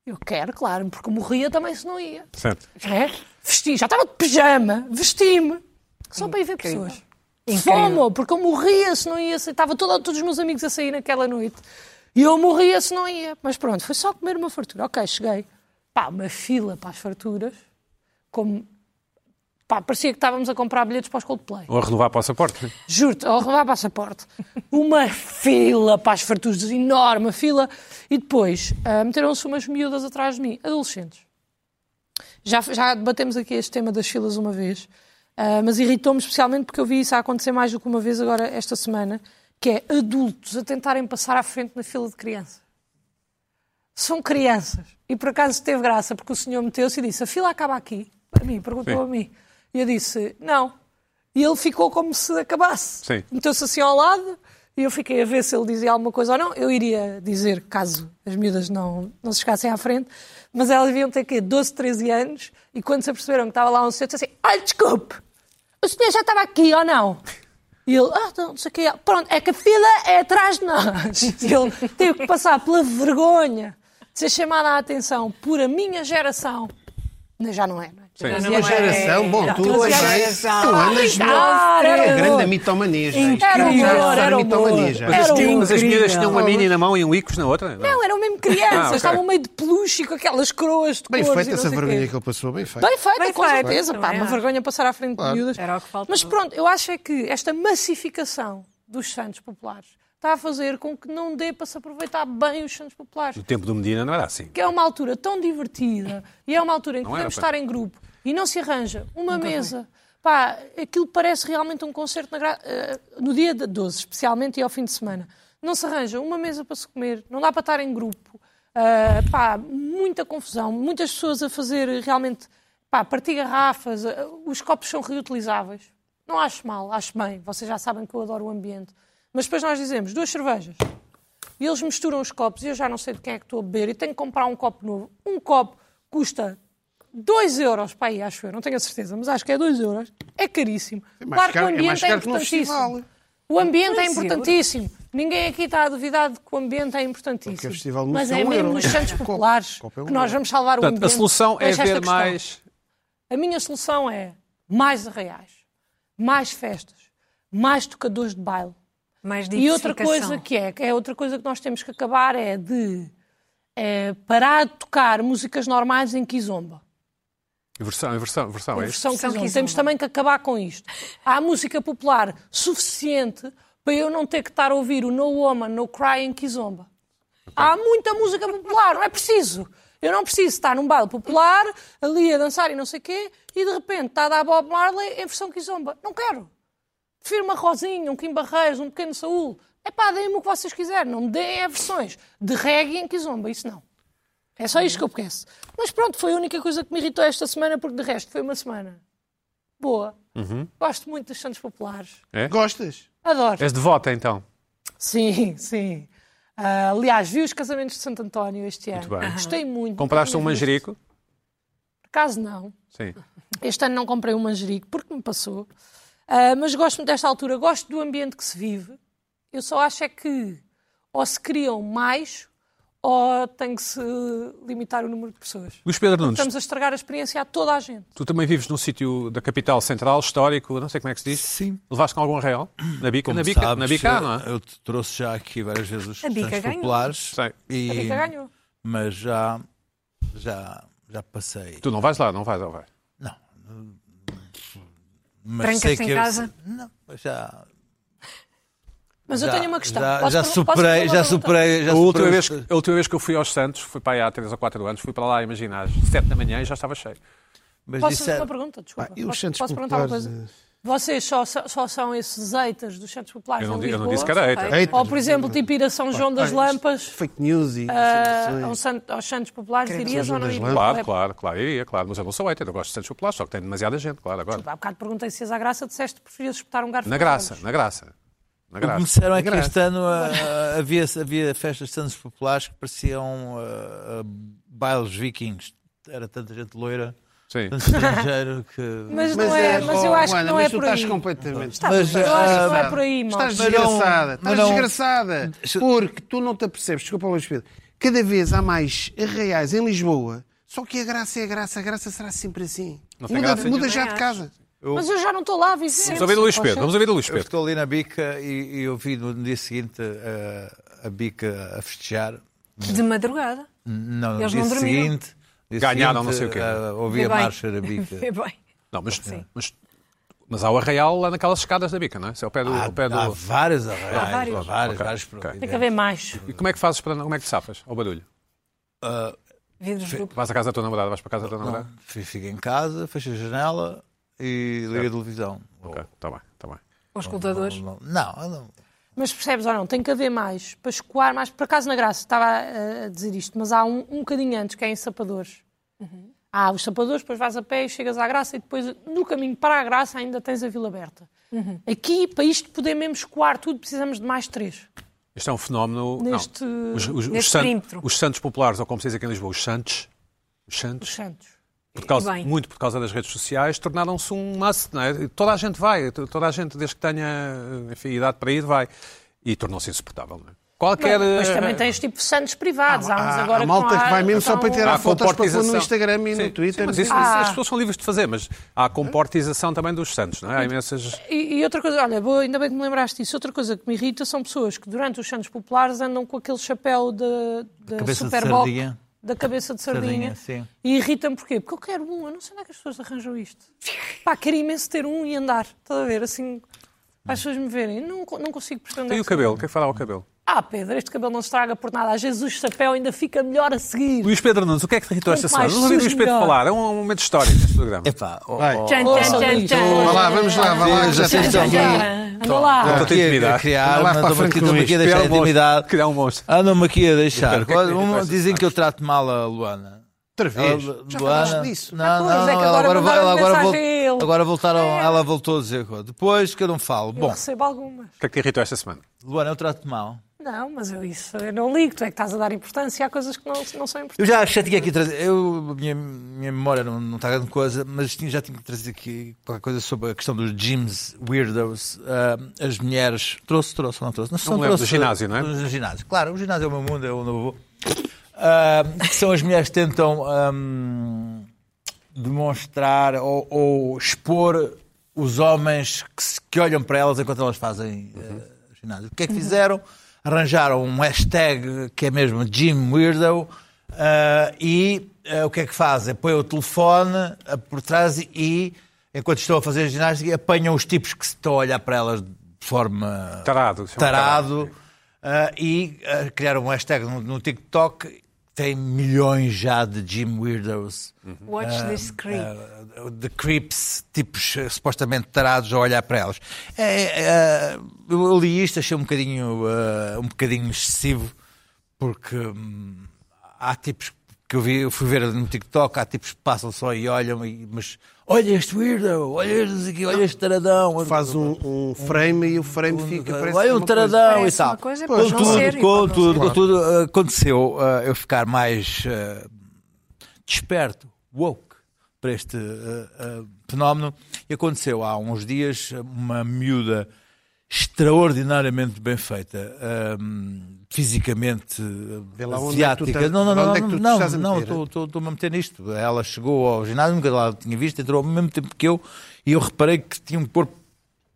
S5: Eu quero, claro, porque morria também se não ia.
S1: Certo.
S5: É? Vesti, já estava de pijama, vesti-me. Só para ir ver
S3: Incrível.
S5: pessoas.
S3: Incrível.
S5: Fome, porque eu morria se não ia. sair. Estava toda- todos os meus amigos a sair naquela noite. E eu morria se não ia. Mas pronto, foi só comer uma fartura. Ok, cheguei. Pá, uma fila para as farturas. Como... Pá, parecia que estávamos a comprar bilhetes para os Coldplay.
S1: Ou a renovar o passaporte.
S5: Juro-te, ao roubar passaporte. Uma fila para as farturas, enorme fila. E depois ah, meteram-se umas miúdas atrás de mim, adolescentes. Já, já debatemos aqui este tema das filas uma vez, ah, mas irritou-me especialmente porque eu vi isso a acontecer mais do que uma vez agora esta semana, que é adultos a tentarem passar à frente na fila de crianças. São crianças. E por acaso teve graça, porque o senhor meteu-se e disse, a fila acaba aqui. A mim, perguntou
S1: Sim.
S5: a mim. E eu disse, não. E ele ficou como se acabasse.
S1: Sim.
S5: Meteu-se assim ao lado e eu fiquei a ver se ele dizia alguma coisa ou não. Eu iria dizer, caso as miúdas não, não se chegassem à frente, mas elas deviam ter quê? 12, 13 anos e quando se aperceberam que estava lá um senhor, disse assim: Olha, desculpe, o senhor já estava aqui ou não? E ele, ah, não, não sei o quê. Pronto, é que a fila é atrás de nós. E ele teve que passar pela vergonha de ser chamada a atenção por a minha geração. Não, Já não é, não é? Já
S1: Sim.
S5: não é.
S2: Uma geração, bom, tu
S3: Tua
S2: és bem.
S3: geração.
S2: Tu andas
S5: Ah, era
S2: na grande né?
S5: horror.
S2: mitomania, já.
S5: Era
S2: Já
S5: humor,
S2: está na
S5: era
S2: mitomania,
S5: humor.
S2: já.
S5: Era
S3: Sim.
S5: humor.
S1: Mas as
S3: Incrível.
S1: miúdas tinham uma mini na mão e um icos na outra?
S5: Não, é eram mesmo crianças,
S1: Ah, ok.
S5: estavam meio de peluche com aquelas coroas de
S2: Bem
S5: cores
S2: feita
S5: e não
S2: essa
S5: sei quê.
S2: vergonha que ele passou, bem feita.
S5: Bem feita,
S3: Bem
S5: com
S3: feita,
S5: certeza. Pá,
S3: também
S5: uma
S3: acho.
S5: vergonha passar à frente de miúdas.
S3: Era o que faltava.
S5: Mas pronto, eu acho é que esta massificação dos santos populares está a fazer com que não dê para se aproveitar bem os santos populares.
S1: No tempo do Medina não era assim.
S5: Que é uma altura tão divertida e é uma altura em que
S1: Não era,
S5: podemos
S1: pá.
S5: estar em grupo e não se arranja uma mesa. Pá, aquilo parece realmente um concerto na gra- eh, no dia de 12, especialmente, e ao fim de semana. Não se arranja uma mesa para se comer, não dá para estar em grupo. Ah, pá, muita confusão, muitas pessoas a fazer realmente pá, partir garrafas, ah, os copos são reutilizáveis. Não acho mal, acho bem, vocês já sabem que eu adoro o ambiente. Mas depois nós dizemos duas cervejas, e eles misturam os copos e eu já não sei de quem é que estou a beber e tenho que comprar um copo novo. Um copo custa 2 euros para aí, acho eu, não tenho a certeza, mas acho que é 2 euros. É caríssimo.
S2: mais
S5: claro que o
S2: caro- é mais
S5: ambiente é,
S2: caro que num
S5: importantíssimo.
S2: festival.
S5: O ambiente é
S3: Pois, Igor.
S5: importantíssimo. Ninguém aqui está a duvidar de que o ambiente é
S2: Porque o
S5: importantíssimo.
S2: festival não
S5: mas
S2: é
S5: é
S2: um
S5: mesmo
S2: euro.
S5: nos
S2: O
S5: Santos
S2: copo-
S5: Populares
S2: o copo é um
S5: que nós
S2: euro.
S5: vamos salvar o
S1: Portanto, a
S5: ambiente.
S1: solução é
S5: Deixa esta
S1: ver
S5: questão.
S1: mais.
S5: A minha solução é mais arraiais, mais festas, mais tocadores de baile.
S3: Mais
S5: E outra
S3: diversificação.
S5: coisa que é, que é outra coisa que nós temos que acabar é de eh, parar de tocar músicas normais em Kizomba.
S1: Inversão, inversão, inversão. É isto?
S5: Versão
S3: Versão
S5: Kizomba.
S3: Kizomba.
S5: Temos também que acabar com isto. Há música popular suficiente para eu não ter que estar a ouvir o No Woman, No Cry em Kizomba. Há muita música popular, não é preciso. Eu não preciso estar num baile popular, ali a dançar e não sei o quê, e de repente está a dar Bob Marley em versão Kizomba. Não quero. Prefiro uma Rosinha, um Kim Barreiros, um Pequeno Saúl. É pá, deem-me o que vocês quiserem. Não me deem é versões de reggae em Kizomba. Isso não. É só isto que eu peço. Mas pronto, foi a única coisa que me irritou esta semana, porque de resto foi uma semana boa.
S1: Uhum.
S5: Gosto muito dos Santos Populares.
S2: Gostas?
S5: Adoro.
S1: És devota, então.
S5: Sim, sim. Ah, aliás, vi os casamentos de Santo António este ano.
S1: bem.
S5: Gostei muito.
S1: Compraste um
S5: Nunca tinha visto.
S1: manjerico?
S5: Por acaso não.
S1: Sim.
S5: Este ano não comprei um manjerico, porque me passou. Ah, mas gosto muito desta altura, gosto do ambiente que se vive. Eu só acho é que ou se criam mais ou tem que se limitar o número de pessoas.
S1: Luís Pedro Nunes,
S5: Estamos a estragar a experiência a toda a gente.
S1: tu também vives num sítio da capital central, histórico, não sei como é que se diz.
S4: Sim.
S1: Levaste com algum real? Na bica?
S4: Como
S1: na bica,
S4: sabes,
S1: na bica há, não é?
S4: Eu te trouxe já aqui várias vezes os
S3: A bica
S4: santos
S3: ganhou.
S4: populares.
S1: Sei.
S4: E...
S5: A Bica ganhou.
S4: Mas já, já, já passei.
S1: Tu não vais lá, não vais, não vais.
S4: Não. Mas
S3: Trancas-te
S4: sei
S3: em
S4: que eu-
S3: casa?
S4: Não, já.
S5: Mas eu
S4: já-
S5: tenho uma questão.
S4: Já,
S5: Posso
S4: já
S5: per- posso fazer
S4: superei,
S5: uma
S4: já
S5: pergunta?
S4: superei, já
S1: A
S4: superei
S1: última,
S4: os-
S1: vez, que- a última vez que eu fui aos Santos foi para aí há 3 ou 4 anos. Fui para lá, imagina, às 7 da manhã e já estava cheio.
S4: Mas
S5: Posso fazer
S4: disseram-
S5: uma pergunta? Desculpa.
S2: é- Pá, e os
S5: posso,
S2: Santos
S5: posso perguntar uma
S2: Populares, eh,
S5: coisa? Vocês só, só são esses eitas dos Santos Populares
S1: Eu não,
S5: em
S1: di- eu não
S5: Lisboa?
S1: disse que era eita.
S3: Ei,
S5: Ou, por exemplo, tipo ir a São João das Lampas
S2: Fake news e...
S5: ah,
S2: informações.
S5: aos Sant- aos Santos Populares,
S3: Credo.
S5: irias
S2: São João
S5: ou não
S2: das
S5: irias?
S2: Lampas.
S1: Claro,
S5: É,
S1: claro, claro, iria, claro. Mas eu não sou hétero, eu gosto de Santos Populares, só que tem demasiada gente, claro, agora.
S5: É, Há bocado perguntei-se à graça, disseste que preferias espetar um garfo.
S1: Na
S5: nos
S1: graça,
S5: olhos.
S1: na graça. Na
S4: O que me
S1: graça.
S4: disseram é que este ano ah, havia, havia festas de santos populares que pareciam ah, ah, bailes vikings. Era tanta gente loira,
S1: Sim.
S4: tanto estrangeiro que.
S5: Mas, não é, mas eu acho
S2: oh,
S5: que
S2: Ana,
S5: não é
S2: mas tu
S5: por
S2: estás
S5: aí.
S2: completamente...
S4: mas,
S5: Eu acho que não é
S4: ah,
S5: por aí, mal.
S2: Estás
S4: Mas não-
S2: desgraçada,
S4: mas
S2: estás
S4: não-
S2: desgraçada. Porque tu não te apercebes, desculpa, Luís Pedro, cada vez há mais arraiais em Lisboa, só que a graça é a graça, a graça será sempre assim.
S1: Não tem
S2: Muda,
S1: graça
S2: muda
S1: nenhuma.
S2: já de casa.
S5: Mas eu já não estou lá, Vicente.
S1: Vamos ouvir o Luís Pedro. Vamos ouvir o Luís
S4: Eu
S1: Pedro.
S4: estou ali na bica e, e eu vi no dia seguinte eh, a bica a festejar.
S3: De madrugada.
S4: Não, no
S3: Eles
S4: dia
S3: não dormiram.
S4: seguinte. dia
S1: Ganharam, não sei o
S4: seguinte,
S1: quê.
S4: eh, ouvi
S3: Vê
S4: a
S3: bem.
S4: marcha da bica.
S3: Vê bem.
S1: Não, mas, mas, mas há o arraial lá naquelas escadas da bica, não é? Isso é o pé do.
S4: Há,
S1: o pé do...
S4: há várias arraiais, há várias,
S3: vários.
S4: há várias,
S1: Ok,
S4: várias
S1: ok.
S5: Tem
S4: providências.
S5: que haver mais.
S1: E como é que fazes para. Como é que te safas ao barulho?
S3: Vidros duplos.
S1: Vais à casa da tua namorada, vais para a casa da tua namorada?
S4: Fico fico em casa, fecho a janela e ligo a televisão.
S1: Ok, está bem, está bem.
S3: Os escutadores.
S4: Não, não, não.
S5: Mas percebes ou não? Tem que haver mais para escoar mais. Por acaso, na graça, estava a, a dizer isto, mas há um, um bocadinho antes, que é em Sapadores. Há os Sapadores, depois vais a pé e chegas à graça e depois, no caminho para a graça, ainda tens a Vila Aberta. Aqui, para isto poder mesmo escoar tudo, precisamos de mais três.
S1: Isto é um fenómeno.
S5: Neste-
S1: não. Os, os, os,
S3: neste
S1: san-
S3: perímetro.
S1: os santos populares, ou como se diz aqui em Lisboa, os santos. Os
S5: Os
S1: santos,
S5: Santos.
S1: por causa,
S3: Bem.
S1: muito por causa das redes sociais, tornaram-se um must, não é? Toda a gente vai, to- toda a gente, desde que tenha enfim, idade para ir, vai. E tornou-se insuportável, não é? Qualquer.
S5: Mas
S1: eh,
S5: também tens tipo Santos privados. Há, uns
S2: Há,
S5: agora
S2: há malta
S5: não
S2: que
S5: há-
S2: vai mesmo só
S5: estão-
S2: para tirar
S1: Há
S2: fotos para pôr no
S1: comportização.
S2: Instagram e
S1: Sim,
S2: no Twitter.
S1: sim, mas isso, isso
S5: Ah.
S1: as pessoas são livres de fazer, mas há a comportização também dos santos, não é? Há imensas.
S5: E, e outra coisa, olha, boa, ainda bem que me lembraste disso. Outra coisa que me irrita são pessoas que durante os Santos Populares andam com aquele chapéu de, de
S4: cabeça de
S5: Superboc,
S4: sardinha.
S5: Da cabeça de sardinha.
S4: Sardinha, sim.
S5: E irritam porquê? Porque eu quero um, eu não sei onde é que as pessoas arranjam isto. Pá, queria imenso ter um e andar, estás a ver? Assim, para as pessoas me verem. Não, co- não consigo perceber onde é
S1: E o
S5: que se-
S1: cabelo? O que é que fará o cabelo?
S5: Ah, Pedro, este cabelo não se estraga por nada. Às vezes o chapéu ainda fica melhor a seguir.
S1: Luís Pedro Nunes, o que é que te irritou
S5: Quanto
S1: esta semana?
S5: mais
S1: Vamos ouvir o Luís
S5: sujo,
S1: Pedro
S5: melhor.
S1: falar, é um um momento histórico neste programa.
S4: Epá, ó,
S2: Vai.
S4: ó,
S3: Tchan,
S5: Ouçam
S3: tchan, tchan,
S5: isto.
S2: Vá
S3: tchan.
S2: lá, vamos lá, vá lá.
S4: Eu já
S2: Já
S4: sei
S2: tens
S4: que
S2: alguém.
S4: Tá,
S5: Anda lá.
S1: Não,
S4: Estou aqui é
S1: intimidade.
S4: a criar,
S2: Vai lá
S4: mas
S2: para a frente
S4: estou Então,
S2: com
S4: aqui, estou
S2: isto.
S4: aqui a
S1: Criar
S4: deixar
S1: um
S4: a
S1: monstro.
S4: intimidade.
S1: Criar um monstro.
S4: Andam-me aqui a deixar.
S1: Espera, que-
S4: Um-
S1: que-
S4: Dizem que eu trato mal a Luana.
S2: Outra vez.
S4: Ela-
S2: Já
S4: Ah, Luana-
S2: falaste disso.
S4: Não, não,
S5: pois, é que
S4: ela
S5: agora
S4: agora, vai- ela
S5: mandaram
S4: agora,
S5: mensagem a
S4: voltou,
S5: ele. É.
S4: agora voltaram, ela voltou a dizer coisa. Depois que eu não falo.
S5: Eu
S4: Bom,
S5: recebo algumas.
S1: O que é que te irritou esta semana?
S4: Luana, eu trato-te mal.
S5: Não, mas eu isso eu não ligo. Tu é que estás a dar importância a coisas que não, não são importantes.
S4: Eu já achei que tinha aqui trazer. Eu, a minha, minha memória não, não está grande coisa, mas tinha- já tinha que trazer aqui qualquer coisa sobre a questão dos gyms weirdos. ah, as mulheres. Trouxe, trouxe ou não trouxe? Não,
S1: Não
S4: são
S1: me lembro, do ginásio, não é?
S4: Do ginásio. Claro, o ginásio é o meu mundo, é onde eu vou. Ah, que são as mulheres que tentam ah, ahm, demonstrar ou, ou expor os homens que, se- que olham para elas enquanto elas fazem eh, ginásio. O que é que fizeram? Arranjaram um hashtag que é mesmo Jim Weirdo ah, e ah, o que é que fazem? Põem o telefone ah, por trás e, enquanto estão a fazer ginástica, apanham os tipos que estão a olhar para elas de forma
S1: Tarado. é chama
S4: tarado ah, e ah, criaram um hashtag no, no TikTok que tem milhões já de Jim Weirdos,
S3: Watch this creep.
S4: ah, de creeps, tipos ah, supostamente tarados a olhar para elas. É, ah, eu li isto, achei um bocadinho, ah, um bocadinho excessivo, porque hum, há tipos que eu, vi, eu fui ver no TikTok, há tipos que passam só e olham, e- mas olha este weirdo, olha este, aqui, olha este taradão.
S2: Faz um, um frame e o frame fica. parece
S4: Olha um
S2: alguma coisa.
S4: taradão
S3: Parece
S4: e tal.
S3: uma coisa, pode não ser e pode
S4: contudo,
S3: não
S4: contudo, contudo, eh, aconteceu eh, eu ficar mais eh, desperto, woke, para este eh, eh, fenómeno. E aconteceu há uns dias uma miúda extraordinariamente bem feita, eh, fisicamente, eh,
S2: lá onde é que tu
S4: asiática.
S2: estás-
S4: não, não, não,
S2: onde é que
S4: não,
S2: tu te
S4: não,
S2: estás a
S4: não,
S2: meter?
S4: estou- estou- estou-me a meter nisto. Ela chegou ao ginásio, nunca lá tinha visto, entrou ao mesmo tempo que eu e eu reparei que tinha um corpo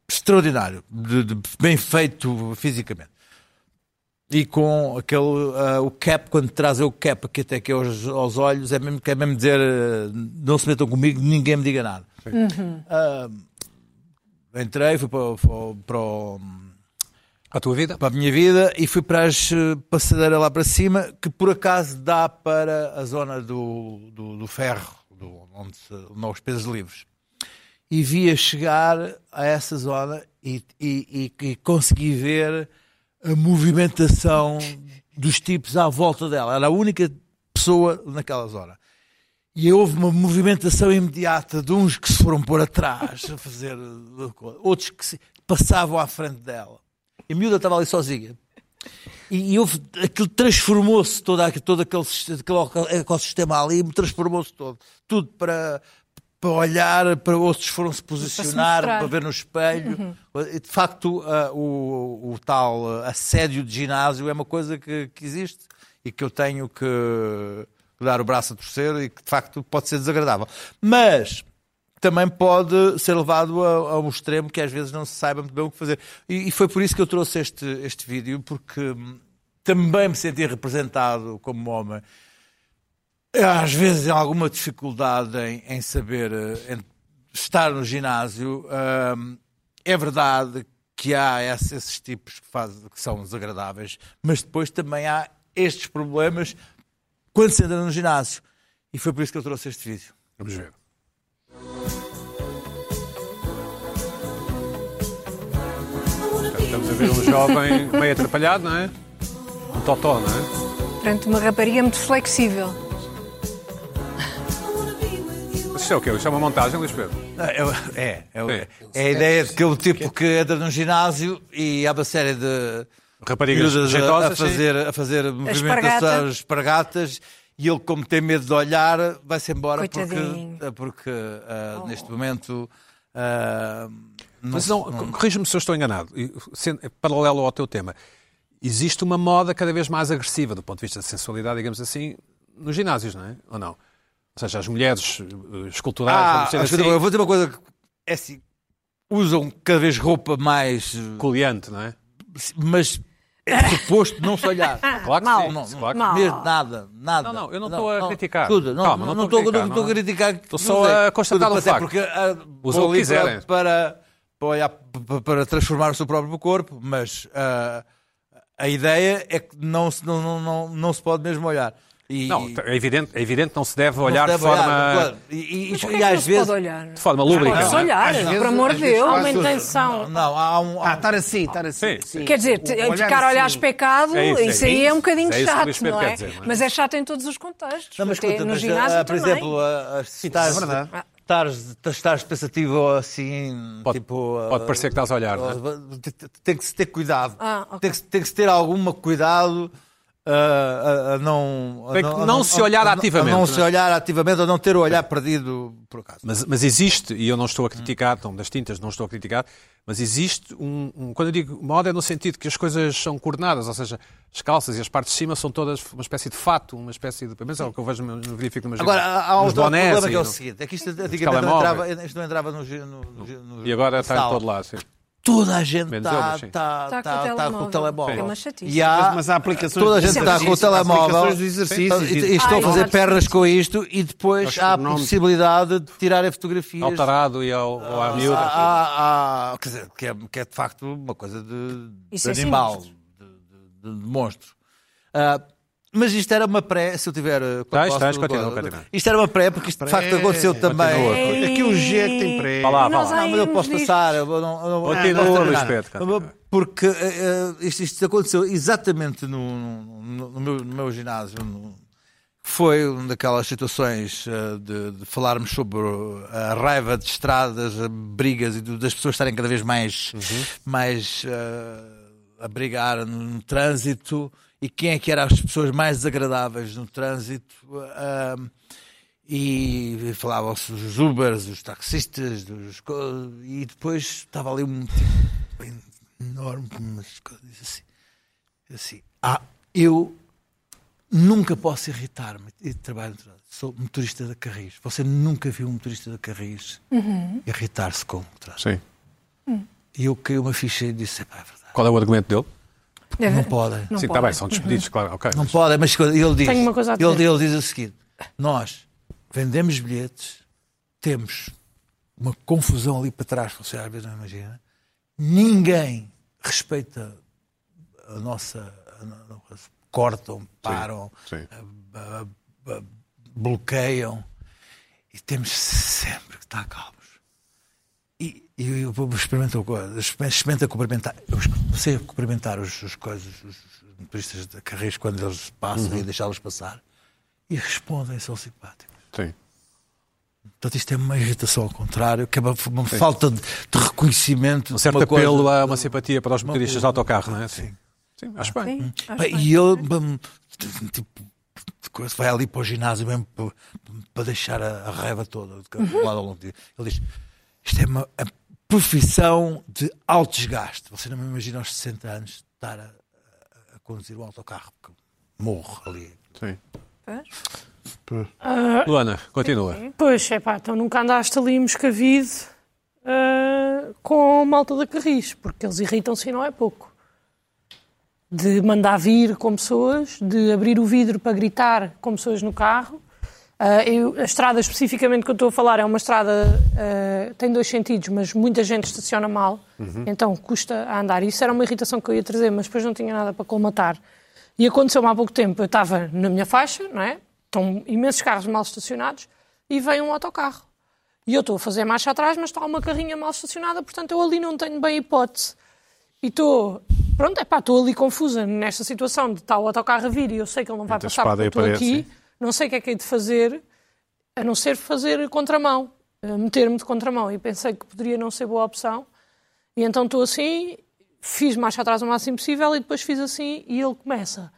S4: extraordinário, de- de- bem feito fisicamente. E com aquele ah, o cap, quando trazem o cap aqui até aqui aos, aos olhos, é mesmo, quer mesmo dizer ah, não se metam comigo, ninguém me diga nada. Ah, entrei, fui para, o- para o- para o
S1: A tua vida?
S4: para a minha vida e fui para as eh, passadeira lá para cima, que por acaso dá para a zona do, do, do ferro, do, onde se não os pesos livres. E vi a chegar a essa zona e, e, e- e consegui ver a movimentação dos tipos à volta dela. Era a única pessoa naquela zona. E houve uma movimentação imediata de uns que se foram por atrás a fazer eh, coisa, outros que se- passavam à frente dela. E a miúda estava ali sozinha. E, e houve, aquilo transformou-se todo, aqu- todo aquele, sis- aquele eco- ecossistema ali, transformou-se todo. Tudo para, para olhar, para outros foram-se posicionar,
S3: mostrar.
S4: para ver no espelho. E, De facto, ah, o, o tal ah, assédio de ginásio é uma coisa que, que existe. e que eu tenho que dar o braço a torcer e que de facto pode ser desagradável. Mas também pode ser levado a, a um extremo que às vezes não se saiba muito bem o que fazer. E, e foi por isso que eu trouxe este, este vídeo, porque hum, também me senti representado como homem. É, Às vezes há alguma dificuldade em, em saber eh, em estar no ginásio. Hum, é verdade que há esse- esses tipos que, faz, que são desagradáveis, mas depois também há estes problemas quando se entra no ginásio. E foi por isso que eu trouxe este vídeo.
S1: Vamos ver. Estamos a ver um jovem meio atrapalhado, não é? Um totó, não é?
S3: Perante uma rapariga muito flexível.
S1: Mas Isto é o quê? Isto é uma montagem, Luís Pedro?
S4: Não, eu- É, eu-
S1: É.
S4: é, a ideia de que é o tipo que entra num ginásio e há uma série de
S1: Raparigas
S4: miúdas a- a,
S1: jeitosas, sim.
S4: fazer, a fazer
S3: espargata.
S4: movimentações, espargatas, e ele, como tem medo de olhar, vai-se embora porque, eh,
S3: Coitadinho. Oh.
S4: porque ah, neste momento. ah, não
S1: Mas
S4: se-
S1: não, corrija-me se eu estou enganado. E, sendo- é Paralelo ao teu tema, existe uma moda cada vez mais agressiva do ponto de vista da sensualidade, digamos assim, nos ginásios, não é? Ou não? Ou seja, as mulheres eh, esculturais,
S4: Ah,
S1: vamos dizer
S4: ajuda,
S1: assim,
S4: eu vou dizer uma coisa. que É assim, usam cada vez roupa mais.
S1: coleante, não é?
S4: Mas é suposto não se olhar.
S1: Claro que
S3: Mal.
S1: sim.
S4: Não,
S1: sim,
S4: não,
S1: claro que
S3: Mal.
S1: sim.
S4: mesmo nada,
S1: Não,
S4: nada.
S1: não, eu não estou a criticar.
S4: Tudo, não,
S1: Calma,
S4: não,
S1: não
S4: estou
S1: estou a
S4: não estou a criticar. não
S1: só a
S4: sei.
S1: constatar
S4: Tudo,
S1: um
S4: até
S1: facto.
S4: Porque ah,
S1: Usam
S4: vou
S1: o que
S4: ali para-
S1: quiserem.
S4: Para, para, olhar- para, para transformar o seu próprio corpo, mas ah, a ideia é que não, se- não, não, não, não se pode mesmo olhar. E,
S1: Não,
S4: e-
S1: é evidente, é evidente não se deve
S4: não se
S1: olhar
S4: deve
S1: de forma,
S4: claro. E- e,
S3: Mas
S4: e,
S3: porquê
S4: e
S3: que não
S4: às
S3: se pode
S4: vezes.
S3: olhar?
S1: de forma lúbrica.
S3: Pode-se
S1: não é?
S3: olhar,
S2: às vezes-
S3: por amor
S2: às
S3: de
S2: vezes
S3: Deus.
S5: Há uma
S2: Faço-
S5: intenção.
S4: Não, há um.
S2: Ah,
S4: Há,
S2: estar assim, estar assim.
S1: Sim.
S2: sim.
S3: Quer dizer,
S2: O- o olhar
S3: ficar a olhar
S2: assim.
S3: especado,
S1: É isso,
S3: isso,
S1: é
S3: aí
S1: isso.
S3: é um bocadinho
S1: É isso que o Luís
S3: chato,
S1: Pedro
S3: não
S1: quer
S3: é?
S1: dizer, não é?
S3: Mas é chato em todos os contextos.
S4: Não, mas
S3: até
S4: escuta,
S3: no
S4: mas,
S3: ginásio
S4: ah, por
S3: também.
S4: exemplo, ah, ah, se
S2: é
S4: estás,
S2: verdade.
S4: estás, estás pensativo assim,
S1: Pode-
S4: tipo... ah,
S1: pode parecer que estás a olhar,
S4: ah,
S1: não é?
S4: te- te- Tem que se ter cuidado.
S3: Ah, ok.
S4: tem, que, se- tem que se ter algum cuidado ah, a, a não... a
S1: Tem que não se olhar
S4: a- a-
S1: ativamente,
S4: A não
S1: não
S4: se
S1: é?
S4: olhar ativamente, ou não ter o olhar perdido, por acaso.
S1: Mas, mas existe, e eu não estou a criticar, não, das tintas não estou a criticar, mas existe um, um- Quando eu digo moda é no sentido que as coisas são coordenadas, ou seja, as calças e as partes de cima são todas uma espécie de fato, uma espécie de. Pelo menos é o que eu vejo, no- no- verifico nos
S4: Agora, há há
S1: nos
S4: outro
S1: bonés
S4: problema
S1: e
S4: que é o
S1: no-
S4: seguinte. É que isto antigamente não entrava,
S1: telemóveis.
S4: isto não entrava no... gi- no- no gi- no-
S1: E agora está
S4: sal.
S1: em todo lado, sim.
S4: Toda a gente
S1: Menos eu,
S4: está
S1: mas sim.
S3: Tá com o
S4: com o
S3: telemóvel.
S4: telemóvel.
S3: É uma chatice.
S4: E há-
S2: Mas, mas há aplicações
S4: Toda a
S2: de
S4: gente está com o
S2: exercício, há
S4: telemóvel
S2: aplicações de exercícios
S4: e,
S2: e-
S4: e estão a
S3: Ai,
S4: fazer
S3: olha.
S4: pernas com isto e depois
S2: Acho
S4: há a
S2: que não-
S4: possibilidade de tirarem fotografias.
S1: Ao tarado e ao, ao à
S4: Ah, Há-
S1: miúda.
S4: há- há- quer dizer, que é, que é de facto uma coisa de,
S3: Isso
S4: de
S3: é
S4: animal, de, de- de monstro. Ah, mas isto era uma pré, se eu tiver. eh,
S1: Tens,
S4: posso-
S1: tens, Tá, continua, continua.
S4: Isto era uma pré, porque isto de facto aconteceu também.
S1: Continua.
S2: Aqui o G é que tem pré.
S1: Vá lá, vá
S3: Nós
S1: lá.
S4: Não, mas eu
S3: saímos
S4: posso
S3: disto.
S4: passar. Eu não, eu não, eu não
S1: Continua,
S4: posso
S1: Luís
S4: terminar.
S1: Pedro, continua.
S4: Porque eh, eh, isto, isto aconteceu exatamente no, no- no meu, no meu ginásio. no- foi uma daquelas situações eh, de, de falarmos sobre eh, a raiva de estradas, a brigas e do- das pessoas estarem cada vez mais,
S1: Uhum.
S4: mais eh, a brigar no, no trânsito e quem é que eram as pessoas mais desagradáveis no trânsito. ah, e falavam-se dos Ubers, dos taxistas, dos... co- e depois estava ali um tipo bem enorme com umas coisas assim. assim ah, eu nunca posso irritar-me. E trabalho no trânsito. Sou motorista de carris. Você nunca viu um motorista de carris irritar-se com o trânsito.
S1: Sim.
S4: E eu caí uma ficha e disse: "Epá, é verdade.
S1: Qual é o argumento dele?
S3: Deve-
S4: Não podem.
S3: Não
S1: sim, está
S3: pode.
S1: bem, são despedidos, claro. ok.
S4: Não podem, mas ele diz,
S5: Tenho uma coisa a
S4: ele,
S5: dizer.
S4: ele diz o seguinte: nós vendemos bilhetes, temos uma confusão ali para trás, que você às vezes não imagina, ninguém respeita a nossa. a no- cortam, param,
S1: sim.
S4: ah, ah, ah, bloqueiam e temos sempre que estar calmos. E, e eu experimento, experimento a cumprimentar. Eu comecei a cumprimentar os, os coisas, os os motoristas de carreiras quando eles passam
S1: Uhum.
S4: e deixá-los passar. E respondem, são simpáticos.
S1: Sim.
S4: Portanto, isto é uma irritação ao contrário, que é uma, uma falta de, de reconhecimento.
S1: Um
S4: de
S1: certo
S4: uma coisa.
S1: apelo a uma simpatia para os motoristas de autocarro, não é? Sim. Sim, acho bem.
S3: Sim, acho
S4: Bem,
S3: bem.
S4: E ele, bem, tipo, de coisa, vai ali para o ginásio mesmo para, para deixar a, a raiva toda de
S5: Uhum.
S4: cada lado ao longo do dia. Ele diz: Isto é uma a profissão de alto desgaste. Você não me imagina aos 60 anos estar a, a conduzir um autocarro, porque morro ali.
S1: Sim.
S3: Pois.
S5: Ah.
S1: Luana, continua.
S5: Pois, é pá, então nunca andaste ali em Moscavide ah, com a malta da Carris, porque eles irritam-se e não é pouco. De mandar vir com pessoas, de abrir o vidro para gritar com pessoas no carro. Ah, eu- a estrada especificamente que eu estou a falar é uma estrada, ah, tem dois sentidos, mas muita gente estaciona mal, então custa a andar. Isso era uma irritação que eu ia trazer, mas depois não tinha nada para colmatar. E aconteceu-me há pouco tempo, eu estava na minha faixa, não é? Estão imensos carros mal estacionados e vem um autocarro. E eu estou a fazer marcha atrás, mas está uma carrinha mal estacionada, portanto eu ali não tenho bem hipótese. E estou, pronto, é pá, estou ali confusa nesta situação de estar o autocarro a vir e eu sei que ele não vai
S6: Entre a
S5: passar porque
S6: espada
S5: eu
S6: e a
S5: estou
S6: parede,
S5: aqui,
S6: sim.
S5: não sei o que é que hei de fazer, a não ser fazer contramão, eh, meter-me de contramão. E pensei que poderia não ser boa opção. E então estou assim, fiz marcha atrás o máximo possível e depois fiz assim e ele começa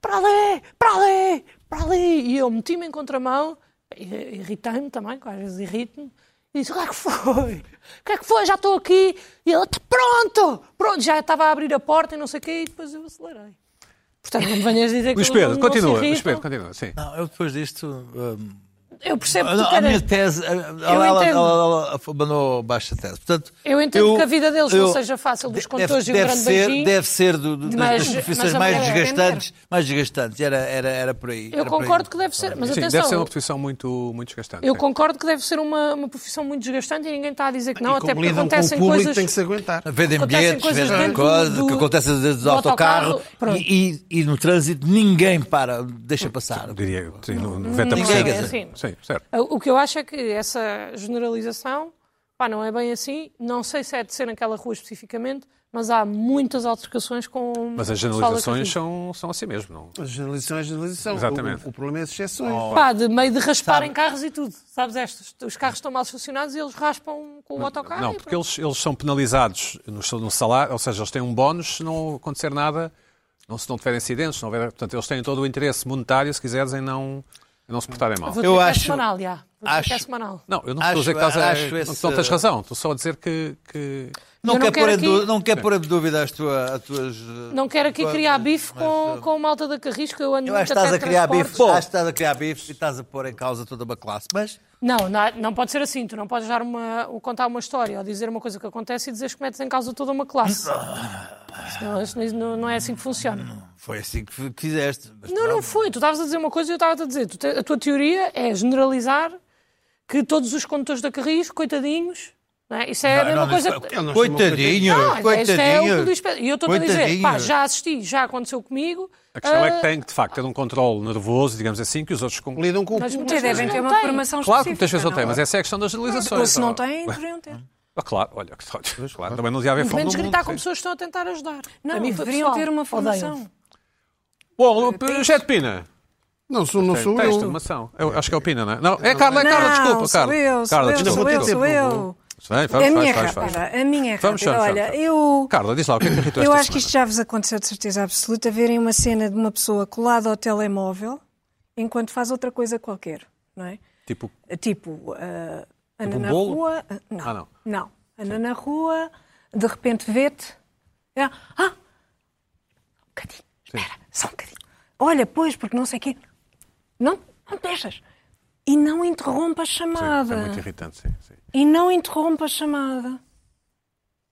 S5: para ali, para ali, para ali. E eu meti-me em contramão, i- irritei-me também, que às vezes irrito-me, e disse: O que é que foi? O que é que foi? Já estou aqui. E ele: "Tá Pronto, pronto, já estava a abrir a porta e não sei o quê, e depois eu acelerei. Portanto, não me venhas dizer que
S1: Luís
S5: eu
S1: Pedro,
S5: não, não se
S1: continua. Luís
S5: irritam.
S1: Pedro, continua. Sim.
S4: Não, eu depois disto. hum,
S5: Eu percebo
S1: Ah,
S5: que tu
S4: Não, a
S5: queres-
S4: minha tese. Ela, ela, ela,
S5: entendo.
S4: ela mandou baixa tese. Portanto,
S5: Eu entendo que a vida deles não seja fácil, dos
S4: de-
S5: condutores e um grande
S4: ser,
S5: beijinho.
S4: Deve ser do, do,
S5: Mas-
S4: das, das profissões
S5: mas a
S4: mais
S5: mulher é
S4: desgastantes. Mais desgastantes. Era, era, era por aí.
S5: Eu
S4: era por aí.
S5: concordo que deve ser, mas
S1: Sim,
S5: atenção,
S1: deve ser um uma profissão muito, muito desgastante. É.
S5: eu
S1: sim.
S5: concordo que deve ser uma, uma profissão muito desgastante e ninguém está a dizer que não,
S2: e como
S5: até porque
S2: lidam com o
S5: acontecem
S2: público,
S5: coisas.
S2: tem que se aguentar.
S4: Vendem
S5: Acontecem
S4: bilhetes,
S5: coisas
S4: vendem
S5: dentro
S4: coisas,
S5: do-
S4: que acontece desde o
S5: do autocarro,
S4: autocarro
S5: pronto.
S4: e, e, e no trânsito ninguém para, deixa passar.
S1: Diria eu, sim, no-
S5: Não é
S1: 90%.
S5: bem assim.
S1: Sim, certo.
S5: O que eu acho é que essa generalização, pá, não é bem assim. Não sei se é de ser naquela rua especificamente, mas há muitas altercações com.
S1: Mas as
S5: pessoal da
S1: generalizações
S5: Carris.
S1: são, são assim mesmo, não?
S2: A generalização é a generalização.
S1: Exatamente.
S2: O, o problema é as exceções.
S5: Pá, de meio de rasparem carros e tudo. Sabes estas? Os carros estão mal estacionados e eles raspam com o autocarro.
S1: Não,
S5: e
S1: porque
S5: pronto.
S1: eles, eles são penalizados no, seu- no salário, ou seja, eles têm um bónus se não acontecer nada, não, se não tiver incidentes, se não houver, portanto, eles têm todo o interesse monetário, se quiseres, em não, em não se portarem mal.
S5: Vou
S4: Eu
S5: dizer que é
S4: acho-
S5: semanal, já. Vou dizer que é
S4: acho-
S5: semanal.
S1: Não, eu não estou
S4: Acho-
S1: a dizer que estás a,
S4: acho
S1: não-
S4: esse-
S1: não tens razão, estou só a dizer que, que-
S4: Não
S5: Eu não
S4: quer, pôr
S5: quero
S4: em
S5: aqui-
S4: dúvida, não quer pôr em dúvida as, tua, as tuas. eh,
S5: Não quero aqui
S4: tuas-
S5: criar bife com,
S4: eh,
S5: com o malta da Carrisco. Eu ando
S4: Eu
S5: muito
S4: acho que estás a
S5: até
S4: criar bife,
S5: transportes.
S4: acho que estás a criar bife e estás a pôr em causa toda uma classe. Mas
S5: Não, não, não pode ser assim. Tu não podes dar uma, ou contar uma história ou dizer uma coisa que acontece e dizeres que metes em causa toda uma classe. Isso não, isso não- não é assim que funciona.
S4: foi assim que f- que fizeste. Mas
S5: Não, não foi. Tu estavas a dizer uma coisa e eu estava a dizer. Tu te- a tua teoria é generalizar que todos os condutores da Carris, coitadinhos, não é? isso é a
S4: Não,
S5: mesma
S4: não,
S5: coisa.
S4: isso-
S5: que-
S2: não
S4: Coitadinho,
S5: Não, isto é o que o
S4: coitadinho.
S5: Luís Pedro- E eu estou a dizer, pá,
S4: Coitadinho.
S5: já assisti, já aconteceu comigo.
S1: a questão é
S5: ah,
S1: que tem que, de facto, ter um controle nervoso, digamos assim, que os outros... con-
S2: Lidam com o
S5: Mas-
S2: público.
S5: mas-
S3: Até devem
S5: não
S3: ter uma
S5: têm.
S3: formação
S1: Claro que
S3: específica.
S1: muitas vezes não tem, mas essa é a questão das
S3: Ou
S1: generalizações.
S3: se não têm, deveriam ter.
S1: Ah, claro, olha, que ótimo, claro, também não devia haver
S5: Pelo
S1: fome no
S5: menos
S1: mundo.
S5: gritar com
S1: sim.
S5: pessoas que estão a tentar ajudar.
S3: Não,
S5: A mim foi
S3: deveriam
S5: pessoal.
S3: ter uma
S5: Odeiam-me.
S3: formação.
S1: Bom, José de Pina,
S2: Não sou, não
S1: tem,
S2: sou
S1: tens
S2: eu.
S1: informação. Eu acho que é o Pina, não é? Não, é Carla, é Carla, desculpa,
S3: sou
S1: Carla.
S3: eu, sou
S1: Carla,
S3: eu,
S1: desculpa,
S3: sou eu,
S1: desculpa.
S3: sou eu.
S1: Bem,
S3: A minha é
S1: faz, faz, faz.
S3: rápida, a minha é
S1: Vamos,
S3: rápida.
S1: vamos,
S3: Olha,
S1: vamos.
S3: eu...
S1: Carla, diz lá, o que é que irritou
S3: Eu
S1: esta
S3: acho que isto já vos aconteceu de certeza absoluta, verem uma cena de uma pessoa colada ao telemóvel enquanto faz outra coisa qualquer, não é?
S1: semana? Tipo,
S3: Tipo, ah, anda
S1: um
S3: na
S1: bolo?
S3: rua... ah, não,
S1: Ah, não.
S3: Anda na rua, de repente vê-te... é, Ah! Um bocadinho, espera, só um bocadinho. Olha, pois, porque não sei o quê. Não, não deixas. E não interrompa a
S1: sim,
S3: chamada.
S1: é muito irritante, sim. sim.
S3: E não interrompa a chamada.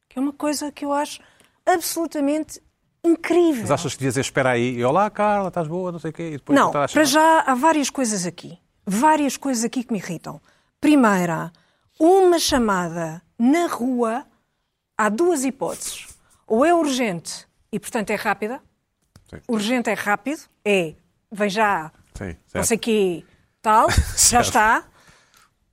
S3: Que é uma coisa que eu acho absolutamente incrível.
S1: Mas achas que devias dizer, espera aí, e olá, Carla, estás boa, não sei o quê, e depois
S3: Não,
S1: voltar à
S3: para
S1: chamada?
S3: já há várias coisas aqui. Várias coisas aqui que me irritam. Primeira, uma chamada na rua, há duas hipóteses. Ou é urgente e, portanto, é rápida.
S1: Sim.
S3: Urgente é rápido, é vem já,
S1: Sim, é
S3: não
S1: certo.
S3: sei quê, tal, já está.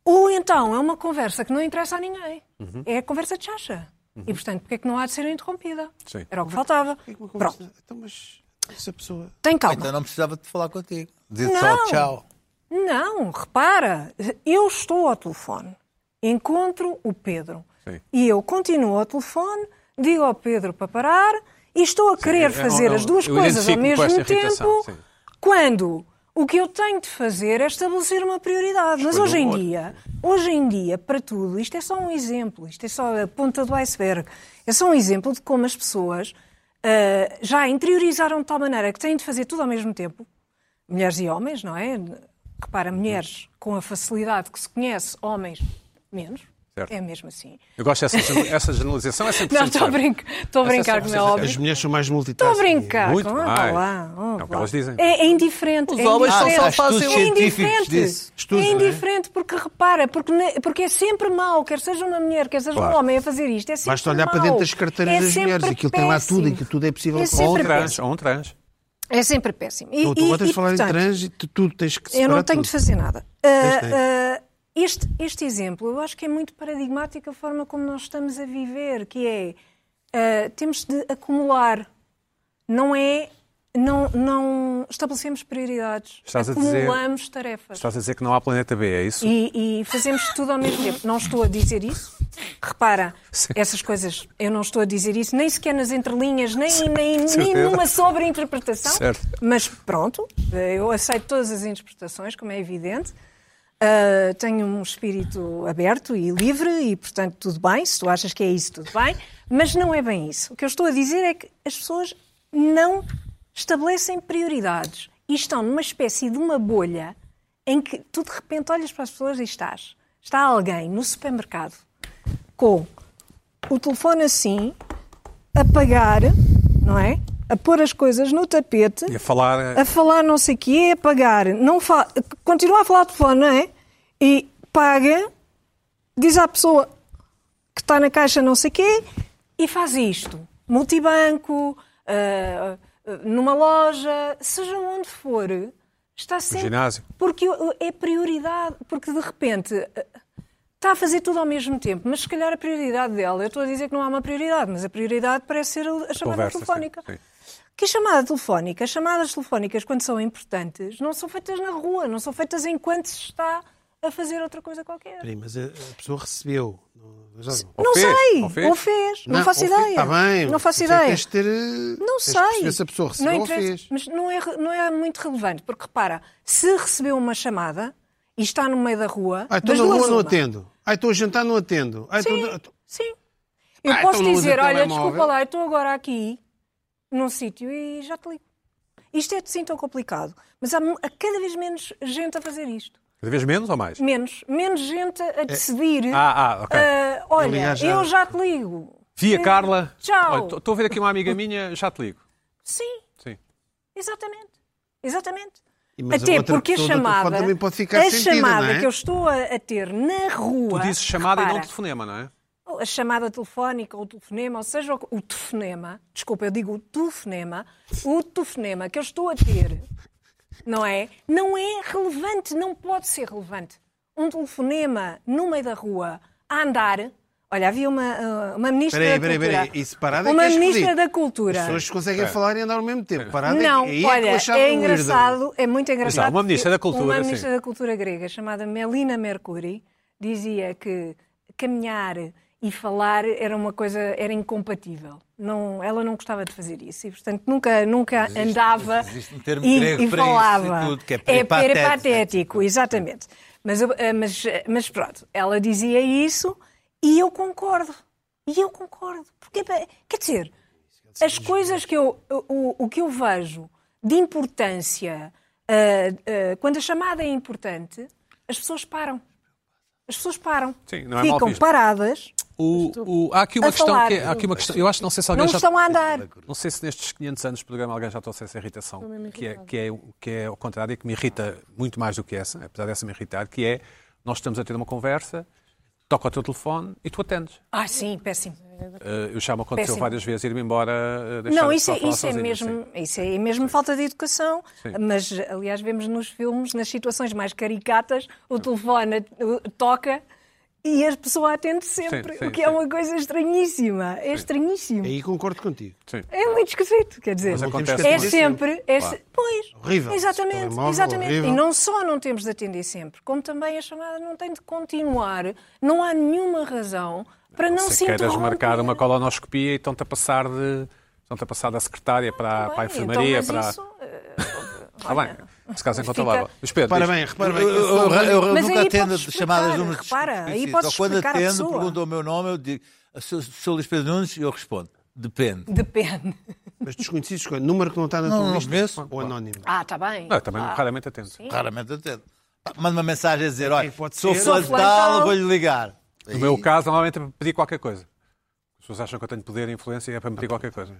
S3: Ou então é uma conversa que não interessa a ninguém.
S1: Uhum.
S3: É a conversa de chacha. E, portanto, porque é que não há de ser interrompida?
S1: Sim.
S3: Era o é que faltava. Pronto,
S2: Então, mas essa pessoa...
S3: tem calma.
S4: Então não precisava de falar contigo. Diz
S3: Não.
S4: só tchau.
S3: Não, repara, eu estou ao telefone, encontro o Pedro
S1: Sim.
S3: e eu continuo ao telefone, digo ao Pedro para parar e estou a querer
S1: eu- eu-
S3: fazer as duas
S1: é, eu
S3: coisas ao
S1: identifico-me com
S3: mesmo
S1: esta irritação,
S3: tempo,
S1: sim.
S3: quando o que eu tenho de fazer é estabelecer uma prioridade. Mas
S1: Escolha
S3: hoje em
S1: uma.
S3: dia, hoje em dia, para tudo, isto é só um exemplo, isto é só a ponta do iceberg, é só um exemplo de como as pessoas ah, já interiorizaram de tal maneira que têm de fazer tudo ao mesmo tempo, mulheres e homens, não é? Repara, mulheres com a facilidade que se conhece, homens menos.
S1: Certo.
S3: É mesmo assim.
S1: Eu gosto dessa gen- essa generalização, é 100%
S3: Não, estou a,
S1: certa.
S3: brincar, estou a
S1: Essa é só
S3: brincar, como é
S1: vocês a
S2: As
S3: óbvio.
S2: mulheres são mais
S3: Estou a
S2: multitasking.
S3: brincar.
S1: Muito
S3: Ah, vá
S1: mais.
S3: lá, ah,
S1: É o que
S3: vá.
S1: elas dizem.
S3: É, é indiferente.
S6: Os
S3: é
S6: homens só-
S3: indiferente.
S6: só
S4: há estudos
S6: fazem- um
S3: É
S4: científicos
S3: indiferente.
S4: disso.
S2: Estudos,
S3: é
S2: não é?
S3: indiferente porque repara, porque, ne- porque é sempre mau, quer seja uma mulher, quer seja
S1: Claro.
S3: um homem a fazer isto. É sempre
S2: Basta olhar para
S3: mau.
S2: dentro das carteiras
S3: É
S2: das
S3: sempre
S2: mulheres. Aquilo tem lá tudo, em que
S3: péssimo.
S2: tudo é possível.
S3: É
S2: falar.
S1: Ou um
S3: sempre
S1: trans, ou um trans.
S3: É sempre péssimo. E,
S2: Tu, tu
S3: e-
S2: gostas
S3: e,
S2: de é falar
S3: portanto,
S2: em trânsito, tu tens que
S3: Eu não
S2: separar
S3: tenho
S2: tudo.
S3: de fazer nada.
S2: Tens,
S3: Ah,
S2: tens.
S3: ah, este, este exemplo, eu acho que é muito paradigmático a forma como nós estamos a viver, que é ah, temos de acumular, não é, não, não estabelecemos prioridades,
S1: Estás a dizer-
S3: acumulamos tarefas.
S1: Estás a dizer que não há planeta B, é isso?
S3: E, e fazemos tudo ao mesmo tempo. Não estou a dizer isso. Repara, essas coisas, eu não estou a dizer isso, nem sequer nas entrelinhas, nem, nem
S1: certeza.
S3: nenhuma sobreinterpretação.
S1: Certo.
S3: Mas pronto, eu aceito todas as interpretações, como é evidente. Ah, tenho um espírito aberto e livre e, portanto, tudo bem. Se tu achas que é isso, tudo bem. Mas não é bem isso. O que eu estou a dizer é que as pessoas não estabelecem prioridades e estão numa espécie de uma bolha em que tu, de repente, olhas para as pessoas e estás. Está alguém no supermercado com o telefone assim, a pagar, não é? A pôr as coisas no tapete
S1: E a falar. eh,
S3: a falar não sei o quê, a pagar, não fa... continua a falar de telefone, não é? E paga, diz à pessoa que está na caixa não sei o quê e faz isto. Multibanco, ah, ah, numa loja, seja onde for, está sempre...
S1: ginásio.
S3: Porque o- é prioridade, porque de repente... ah, Está a fazer tudo ao mesmo tempo, mas se calhar a prioridade dela, eu estou a dizer que não há uma prioridade, mas a prioridade parece ser a chamada
S1: Conversa, sim,
S3: telefónica.
S1: sim.
S3: Que a chamada telefónica, as chamadas telefónicas, quando são importantes, não são feitas na rua, não são feitas enquanto se está a fazer outra coisa qualquer.
S2: Peraí, Mas a a pessoa recebeu. Não- já não.
S1: Ou
S3: não
S1: fez,
S3: sei,
S1: ou
S3: ou
S1: fez.
S3: fez, não, faço
S2: ou fez-
S3: ideia.
S2: Está tá bem.
S3: não faço
S2: sei que
S3: ideia.
S2: Tens de ter, eh,
S3: Não
S2: tens de
S3: sei.
S2: perceber se a pessoa recebeu
S3: Não
S2: ou
S3: interessa,
S2: fez.
S3: Mas não é, re- não é muito relevante, porque repara, se recebeu uma chamada e está no meio da rua,
S2: Ah, estou
S3: das
S2: na
S3: duas
S2: rua, não
S3: uma.
S2: atendo. Ah, estou a jantar, não atendo. Ah, estou na-
S3: Sim. Eu
S2: Ah,
S3: posso
S2: então não usa
S3: dizer, olha,
S2: telemóvel."
S3: desculpa lá, eu estou agora aqui, num sítio, e já te ligo. Isto é sim tão complicado, mas há mu- há cada vez menos gente a fazer isto.
S1: Cada vez menos ou mais?
S3: Menos. Menos gente
S2: É.
S3: a decidir.
S1: Ah, ah, ok.
S3: ah, olha,
S2: Ligar já.
S3: eu já te ligo.
S1: Vi a Carla.
S3: eh, Tchau.
S1: Estou a ver aqui uma amiga minha, já te ligo.
S3: Sim,
S1: Sim.
S3: exatamente. Exatamente.
S2: E mas a
S3: Até
S2: outra
S3: porque a
S2: pessoa do telefone
S3: chamada,
S2: também pode ficar
S3: a
S2: sentida,
S3: chamada
S2: não é?
S3: que eu estou a, a ter na
S1: Tu
S3: rua.
S1: dizes chamada e não
S3: repara,
S1: telefonema, não é?
S3: a chamada telefónica, ou o telefonema, ou seja, o telefonema, desculpa, eu digo o telefonema, o telefonema que eu estou a ter, não é? Não é relevante, não pode ser relevante. Um telefonema no meio da rua, a andar. Olha, havia uma, ah, uma ministra
S2: Peraí,
S3: da
S2: peraí,
S3: Cultura.
S2: peraí. Isso parado é
S3: uma
S2: que é esquisito.
S3: ministra da
S2: As
S3: Cultura.
S2: pessoas conseguem falar e andar ao mesmo tempo. Parado
S3: Não,
S2: é que, aí é, que eu
S3: olha,
S2: achava
S3: é
S2: weirdo.
S3: engraçado, é muito engraçado.
S1: Exato, uma ministra
S3: porque
S1: da cultura,
S3: Uma
S1: sim.
S3: ministra da cultura grega chamada Melina Mercuri dizia que caminhar e falar era uma coisa era incompatível. Não, ela não gostava de fazer isso e portanto nunca nunca andava
S4: existe um termo
S3: e,
S4: grego
S3: e
S4: para isso e
S3: falava.
S4: tudo, que é
S3: é
S4: peripatético.
S3: peripatético, exatamente. Mas, eu- eh, mas, eh, mas pronto, ela dizia isso e eu concordo. E eu concordo. Porque, pá, quer dizer, as coisas que eu, o, o que eu vejo de importância, ah, ah, quando a chamada é importante, as pessoas param. As pessoas param.
S1: Sim, não é
S3: Ficam
S1: malvismo.
S3: paradas,
S1: O, o- há aqui uma
S3: A
S1: questão
S3: falar.
S1: que é, há aqui uma questão. Eu acho que não sei se alguém
S3: não
S1: já.
S3: estão a andar.
S1: Não sei se nestes 500 anos de programa alguém já trouxe essa irritação, que é, que, é, o- que é ao contrário, que me irrita muito mais do que essa, apesar dessa me irritar, que é nós estamos a ter uma conversa, toca o teu telefone e tu atendes.
S3: Ah, sim, péssimo.
S1: Eh, eu já me aconteceu
S3: Péssimo.
S1: várias vezes ir-me embora, eh, deixar
S3: Não,
S1: a
S3: isso,
S1: pessoa
S3: é-
S1: falar
S3: isso, é
S1: sozinha,
S3: mesmo,
S1: sim.
S3: isso é mesmo falta de educação, mas aliás vemos nos filmes, nas situações mais caricatas, o telefone uh, toca e a pessoa atende sempre,
S1: Sim, sim,
S3: o que é
S1: sim.
S3: uma coisa estranhíssima. É estranhíssimo.
S2: Aí concordo contigo.
S1: Sim.
S3: É muito esquisito, quer dizer.
S1: Mas
S2: temos que
S1: acontece
S3: É
S1: muito.
S2: atender
S3: sempre. É se- Pois.
S2: Horrível. Esse
S3: Exatamente.
S2: telemóvel,
S3: exatamente.
S2: horrível.
S3: E não só não temos de atender sempre, como também a chamada não tem de continuar. Não há nenhuma razão para não,
S1: se
S3: se
S1: queiras
S3: interromper.
S1: marcar uma colonoscopia e estão-te a passar de. Estão-te a passar da secretária para,
S3: Ah, Bem,
S1: para a enfermaria.
S3: então,
S1: para...
S3: mas isso, eh,
S1: Está bem, se caso
S3: Fica-
S1: incontrolável. Mas Pedro,
S2: Repara
S1: diz-
S2: bem, repara
S4: Eu,
S2: bem. Eu sou-
S4: eu- eu
S3: Mas
S4: nunca
S3: aí
S4: atendo
S3: podes
S4: chamadas
S3: explicar,
S4: de números
S3: repara, aí
S4: desconhecidos.
S3: podes
S4: Ou quando
S3: explicar à
S4: atendo,
S3: pessoa.
S4: perguntam o meu nome, eu digo, "Sou- sou Luís Pedro Nunes, e eu respondo, depende.
S3: Depende.
S2: Mas desconhecidos, escolhe. número que não está na
S4: Não,
S2: tua
S4: não
S2: lista
S4: conheço.
S2: ou anónimo.
S3: Ah,
S5: tá
S3: está bem.
S1: Não, eu também
S3: Ah,
S1: raramente atento.
S4: Raramente atento. Pá, Manda uma mensagem a dizer: olha,
S2: pode
S4: sou
S2: ser.
S4: fulano
S3: Sou
S4: de
S3: fulano
S4: tal,
S3: tal.
S4: vou-lhe ligar.
S1: No meu caso, normalmente é para pedir qualquer coisa. As pessoas acham que eu tenho poder e influência e é para me pedir qualquer coisa.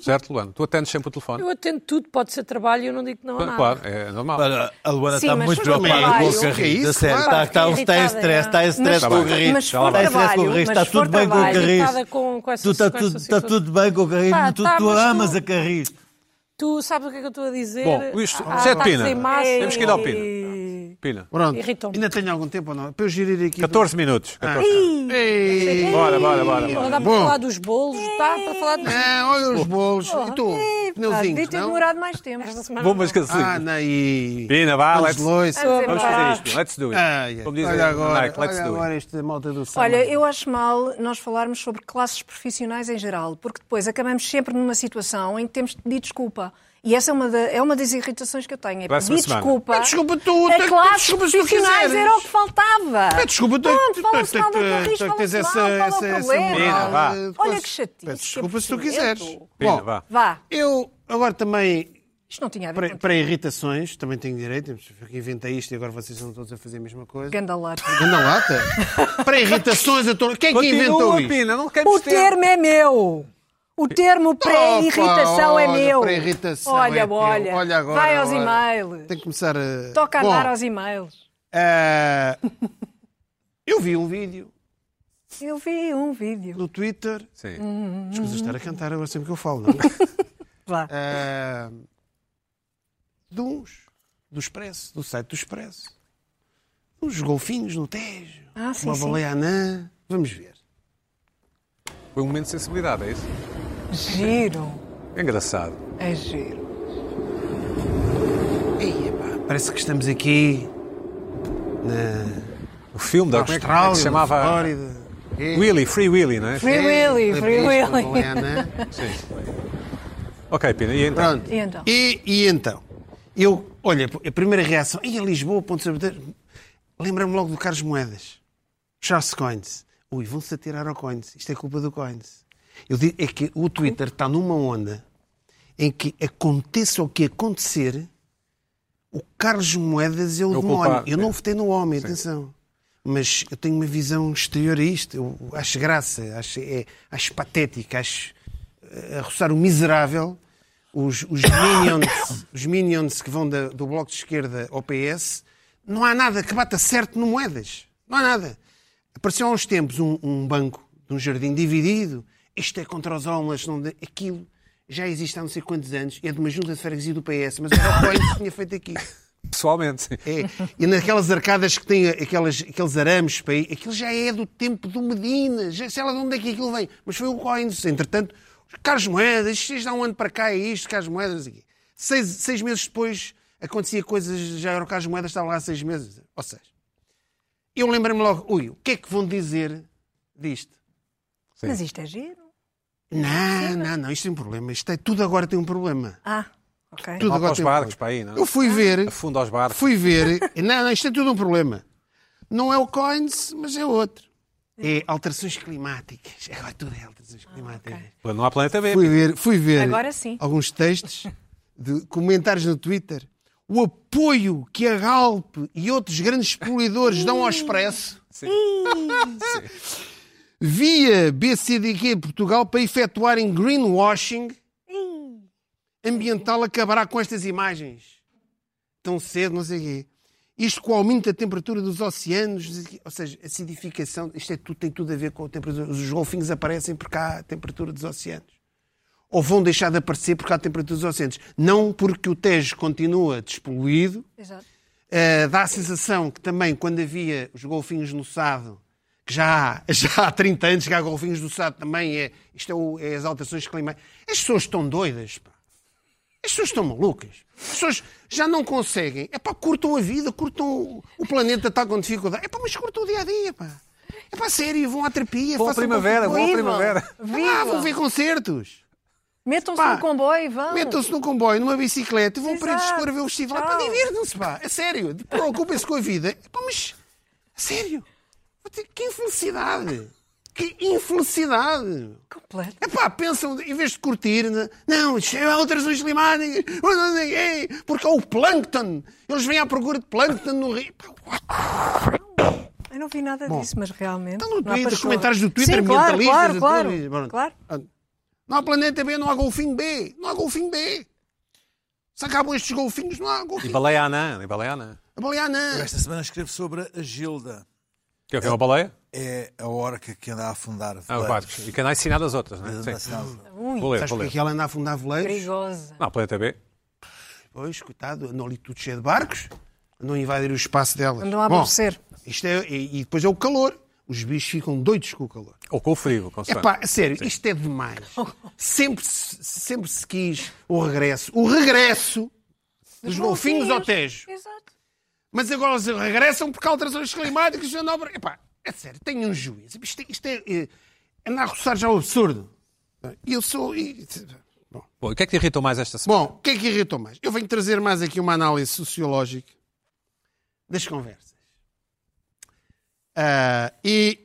S1: Certo, Luano? Tu atendes sempre o telefone?
S5: Eu atendo tudo, pode ser trabalho e eu não digo não a nada.
S1: Claro, é normal.
S4: Olha, a Luana
S3: Sim,
S4: está
S3: mas
S4: muito
S3: foi
S4: preocupada com
S3: trabalho.
S4: o Carris.
S2: Que
S4: A
S2: isso,
S4: sério,
S2: claro.
S4: está, está, está em
S3: irritada,
S4: stress, está em
S3: mas-
S4: stress com o Carris.
S3: mas
S1: for
S4: Está em stress com o
S3: trabalho,
S4: Carris, está
S3: mas
S4: tudo
S3: for
S4: bem com o
S3: trabalho,
S5: Irritada
S4: Carris.
S5: com, com essa,
S4: Tu está
S5: com
S4: tudo,
S5: essa
S4: tá
S5: situação.
S4: tudo bem com o Carris,
S5: Pá,
S4: tu,
S5: tá,
S4: tu
S5: mas tu-
S4: amas a Carris.
S5: Tu sabes o que é que eu estou a dizer?
S1: Bom, Luís,
S5: Há
S1: Zé de
S5: ataques
S1: Pina.
S5: em massa.
S1: Temos que ir ao
S5: E-
S1: Pina. Pina.
S2: Pronto,
S5: Irritam-me.
S2: ainda tenho algum tempo ou não? Para eu gerir aqui.
S1: 14 minutos. 14.
S2: Ei,
S1: Bora, bora, bora.
S5: Não
S1: bora.
S5: dá para
S2: Bom.
S5: falar dos bolos, dá para falar dos...
S2: Ah, olha os bolos. E tu?
S3: Ah,
S2: Pneuzinhos,
S3: devia ter
S2: não?
S3: demorado mais tempo.
S5: Esta semana
S1: Bombas
S5: não.
S1: cancelas.
S2: Ah, não. E...
S1: Pina, vá,
S2: Vamos
S1: let's,
S2: longe.
S3: Vamos
S1: vamos fazer
S3: embora.
S1: isto. Let's do it.
S2: Ai, ai.
S1: Como diz
S2: é. olha agora,
S1: Nike, let's
S2: olha
S1: do it.
S2: agora esta malta do samba.
S3: Olha, eu acho mal nós falarmos sobre classes profissionais em geral, porque depois acabamos sempre numa situação em que temos de pedir desculpa. E essa é uma, da- é uma das irritações que eu tenho. É
S1: Próxima
S3: pedir
S1: semana.
S3: desculpa.
S2: Pede desculpa tu, tem que
S3: a
S2: pedir
S3: classes
S2: desculpa se tu
S3: profissionais
S2: quiseres.
S3: era o que faltava.
S2: Pede desculpa, tu-
S3: Pronto,
S2: tu-
S3: fala-se
S2: tu-
S3: mal
S2: tu-
S3: da Torres,
S2: tu- tu- tens
S3: fala-se
S2: essa-
S3: mal, qual é o
S2: essa- essa
S3: problema?
S1: Pina, vá.
S3: Olha que chatice.
S2: Pede
S3: que
S2: desculpa se tu quiseres.
S3: aborrecimento.
S1: Pina,
S2: Bom,
S1: vá.
S3: Vá,
S2: Eu agora também
S3: isto não tinha a ver
S2: Para,
S3: com
S2: para irritações, também tenho direito, mas eu que inventei isto e agora vocês estão todos a fazer a mesma coisa.
S3: gandalote.
S2: Ganda lata? para irritações, eu tô... quem é que inventou
S1: Continua,
S2: isto?
S1: Pina, não queremos
S3: O termo é meu. O termo pré-irritação é
S2: olha,
S3: meu.
S2: pré-irritação
S3: Olha,
S2: é teu.
S3: olha.
S2: Olha agora,
S3: Vai aos
S2: olha.
S3: e-mails.
S2: Tenho que começar a.
S3: Toca a
S2: Bom,
S3: andar aos e-mails.
S2: eh, Eu vi um vídeo
S3: Eu vi um vídeo.
S2: no Twitter.
S1: Sim.
S2: As coisas estar a cantar agora sempre que eu falo, não?
S3: Uhum.
S2: é?
S3: Vá.
S2: Eh, de uns, do Expresso, do site do Expresso. Uns golfinhos no Tejo.
S3: Ah, sim,
S2: uma
S3: sim.
S2: baleia anã. Vamos ver.
S1: Foi um momento de sensibilidade, é isso?
S3: Giro.
S1: Engraçado.
S3: É giro.
S2: Ei, epá, parece que estamos aqui
S1: O filme da
S2: na
S1: como é que-
S2: Austrália,
S1: como é que se
S2: na
S1: chamava?
S2: Flórida.
S1: Willy, Free Willy, não é?
S3: Free Willy, Free
S2: é?
S3: Willy.
S2: Willy.
S1: Ok, Pina, e então?
S2: Pronto.
S3: E então?
S2: E, e então? Eu, olha, a primeira reação, e a Lisboa, ponto de sabedoria, lembra-me logo do Carlos Moedas, Charles Coins. Ui, vão-se atirar ao Coins, isto é culpa do Coins. Eu digo, é que o Twitter está numa onda em que aconteça o que acontecer, o Carlos Moedas é o
S1: É o
S2: demónio.
S1: culpado,
S2: Eu
S1: é.
S2: não votei no homem, atenção. Mas eu tenho uma visão exterior a isto. Eu acho graça, acho, é, acho patética, acho eh, a roçar o miserável. Os, os minions, os minions que vão da- do Bloco de Esquerda ao PS, não há nada que bata certo no Moedas. Não há nada. Apareceu há uns tempos um, um banco de um jardim dividido. Isto é contra os homeless, não de- aquilo já existe há não sei quantos anos. É de uma junta de freguesia do PS, mas era o Coelho que tinha feito aqui.
S1: Pessoalmente, sim.
S2: É, e naquelas arcadas que têm aquelas, aqueles arames para aí, aquilo já é do tempo do Medina, já sei lá de onde é que aquilo vem. Mas foi o Coins. Entretanto, os Carlos Moedas, vocês dá um ano para cá, é isto, Carlos Moedas. não sei o quê. Seis, seis meses depois acontecia coisas, já era o Carlos Moedas, estava lá há seis meses. Ou seja, eu lembro-me logo, ui, o que é que vão dizer disto?
S3: Mas isto é giro.
S2: Não, não, não, isto tem um problema. Isto é, tudo agora tem um problema.
S3: Ah, ok.
S2: Tudo
S1: Vá
S2: agora
S1: aos
S2: tem um
S1: barcos
S2: problema.
S1: para aí, não é?
S2: Eu fui ver.
S1: Afunda aos barcos.
S2: Fui ver. Não, não, isto é tudo um problema. Não é o Coins, mas é outro. É alterações climáticas. Agora tudo é alterações climáticas.
S1: Não há planeta B.
S2: Fui ver, fui ver
S3: Ah, Agora sim.
S2: alguns textos, de comentários no Twitter. O apoio que a Galp e outros grandes poluidores dão ao Expresso via BCDQ Portugal para efetuarem greenwashing ambiental acabará com estas imagens. Tão cedo, não sei o quê. Isto com o aumento da temperatura dos oceanos, não sei o quê. ou seja, acidificação, isto é tudo, tem tudo a ver com a temperatura. Os golfinhos aparecem porque há a temperatura dos oceanos. Ou vão deixar de aparecer porque há a temperatura dos oceanos. Não porque o Tejo continua despoluído,
S3: Exato.
S2: Uh, dá a sensação que também quando havia os golfinhos no Sado, que já há, já há 30 anos que há golfinhos no Sado também, é, isto é, o- é as alterações climáticas. As pessoas estão doidas, pá. As pessoas estão malucas. As pessoas já não conseguem. É pá, curtam a vida, curtam o, o planeta está com dificuldade. É pá, mas curtam o dia a dia, pá. É pá, sério, vão à terapia,
S1: Boa
S3: um
S2: façam
S1: primavera, boa
S3: Vivam.
S1: primavera.
S2: Ah, vão ver
S3: Vivam.
S2: concertos.
S3: Metam-se
S2: Pá. um-
S3: no comboio e vão.
S2: Metam-se num comboio, numa bicicleta e vão para
S3: Exato.
S2: eles escura ver o festival.
S3: Tchau.
S2: Pá, divirtam-se, pá. É sério. Preocupem-se com a vida. Pá, mas. a Sério. Vou ter- Que infelicidade. Que infelicidade!
S3: Completo.
S2: Epá, pensam, em vez de curtir, né? não, isto é alterações climáticas, é, porque há o plâncton, eles vêm à procura de plâncton no rio. Pá, É.
S3: Eu não vi nada disso, mas realmente.
S2: Estão no
S3: não há
S2: Twitter, os
S3: paixão.
S2: comentários do Twitter,
S3: Sim, claro,
S2: ambientalistas. de
S3: claro, claro,
S2: tudo. é Pronto.
S3: claro.
S2: Não há planeta B, não há golfinho B, não há golfinho B. Se acabam estes golfinhos, não há
S1: E
S2: golfinho.
S1: baleia anã, e baleia anã.
S2: A baleia
S4: Eu
S2: não.
S4: Esta semana escrevo sobre a Gilda.
S1: Quer ver uma baleia?
S4: É a orca que anda a afundar
S1: Ah, os barcos. E quem dá ensinado as outras, não é?
S4: barcos.
S1: Sim. Vou ler,
S2: Sabes
S1: vou ler.
S2: porque ela anda a afundar veleiros?
S3: Perigosa.
S1: Não, planeta B.
S2: Pois, coitado, andam ali tudo cheio de barcos, não invadir o espaço delas.
S3: Andam a
S2: Bom,
S3: aborrecer.
S2: isto é, e, e depois é o calor. Os bichos ficam doidos com o calor.
S1: Ou com o frio, com
S2: É pá, sério, isto é demais.
S3: Oh.
S2: Sempre, se- sempre se quis o regresso. O regresso dos golfinhos ao Tejo.
S3: Exato.
S2: Mas agora eles regressam porque há alterações climáticas. já não- Epá, é sério, tenho um juízo. Isto, é- isto é, é. Andar a roçar já é um absurdo. E eu sou. e- Bom.
S1: Bom, e o que é que te irritou mais esta semana?
S2: Bom, o que é que irritou mais? Eu venho trazer mais aqui uma análise sociológica das conversas. Ah, e,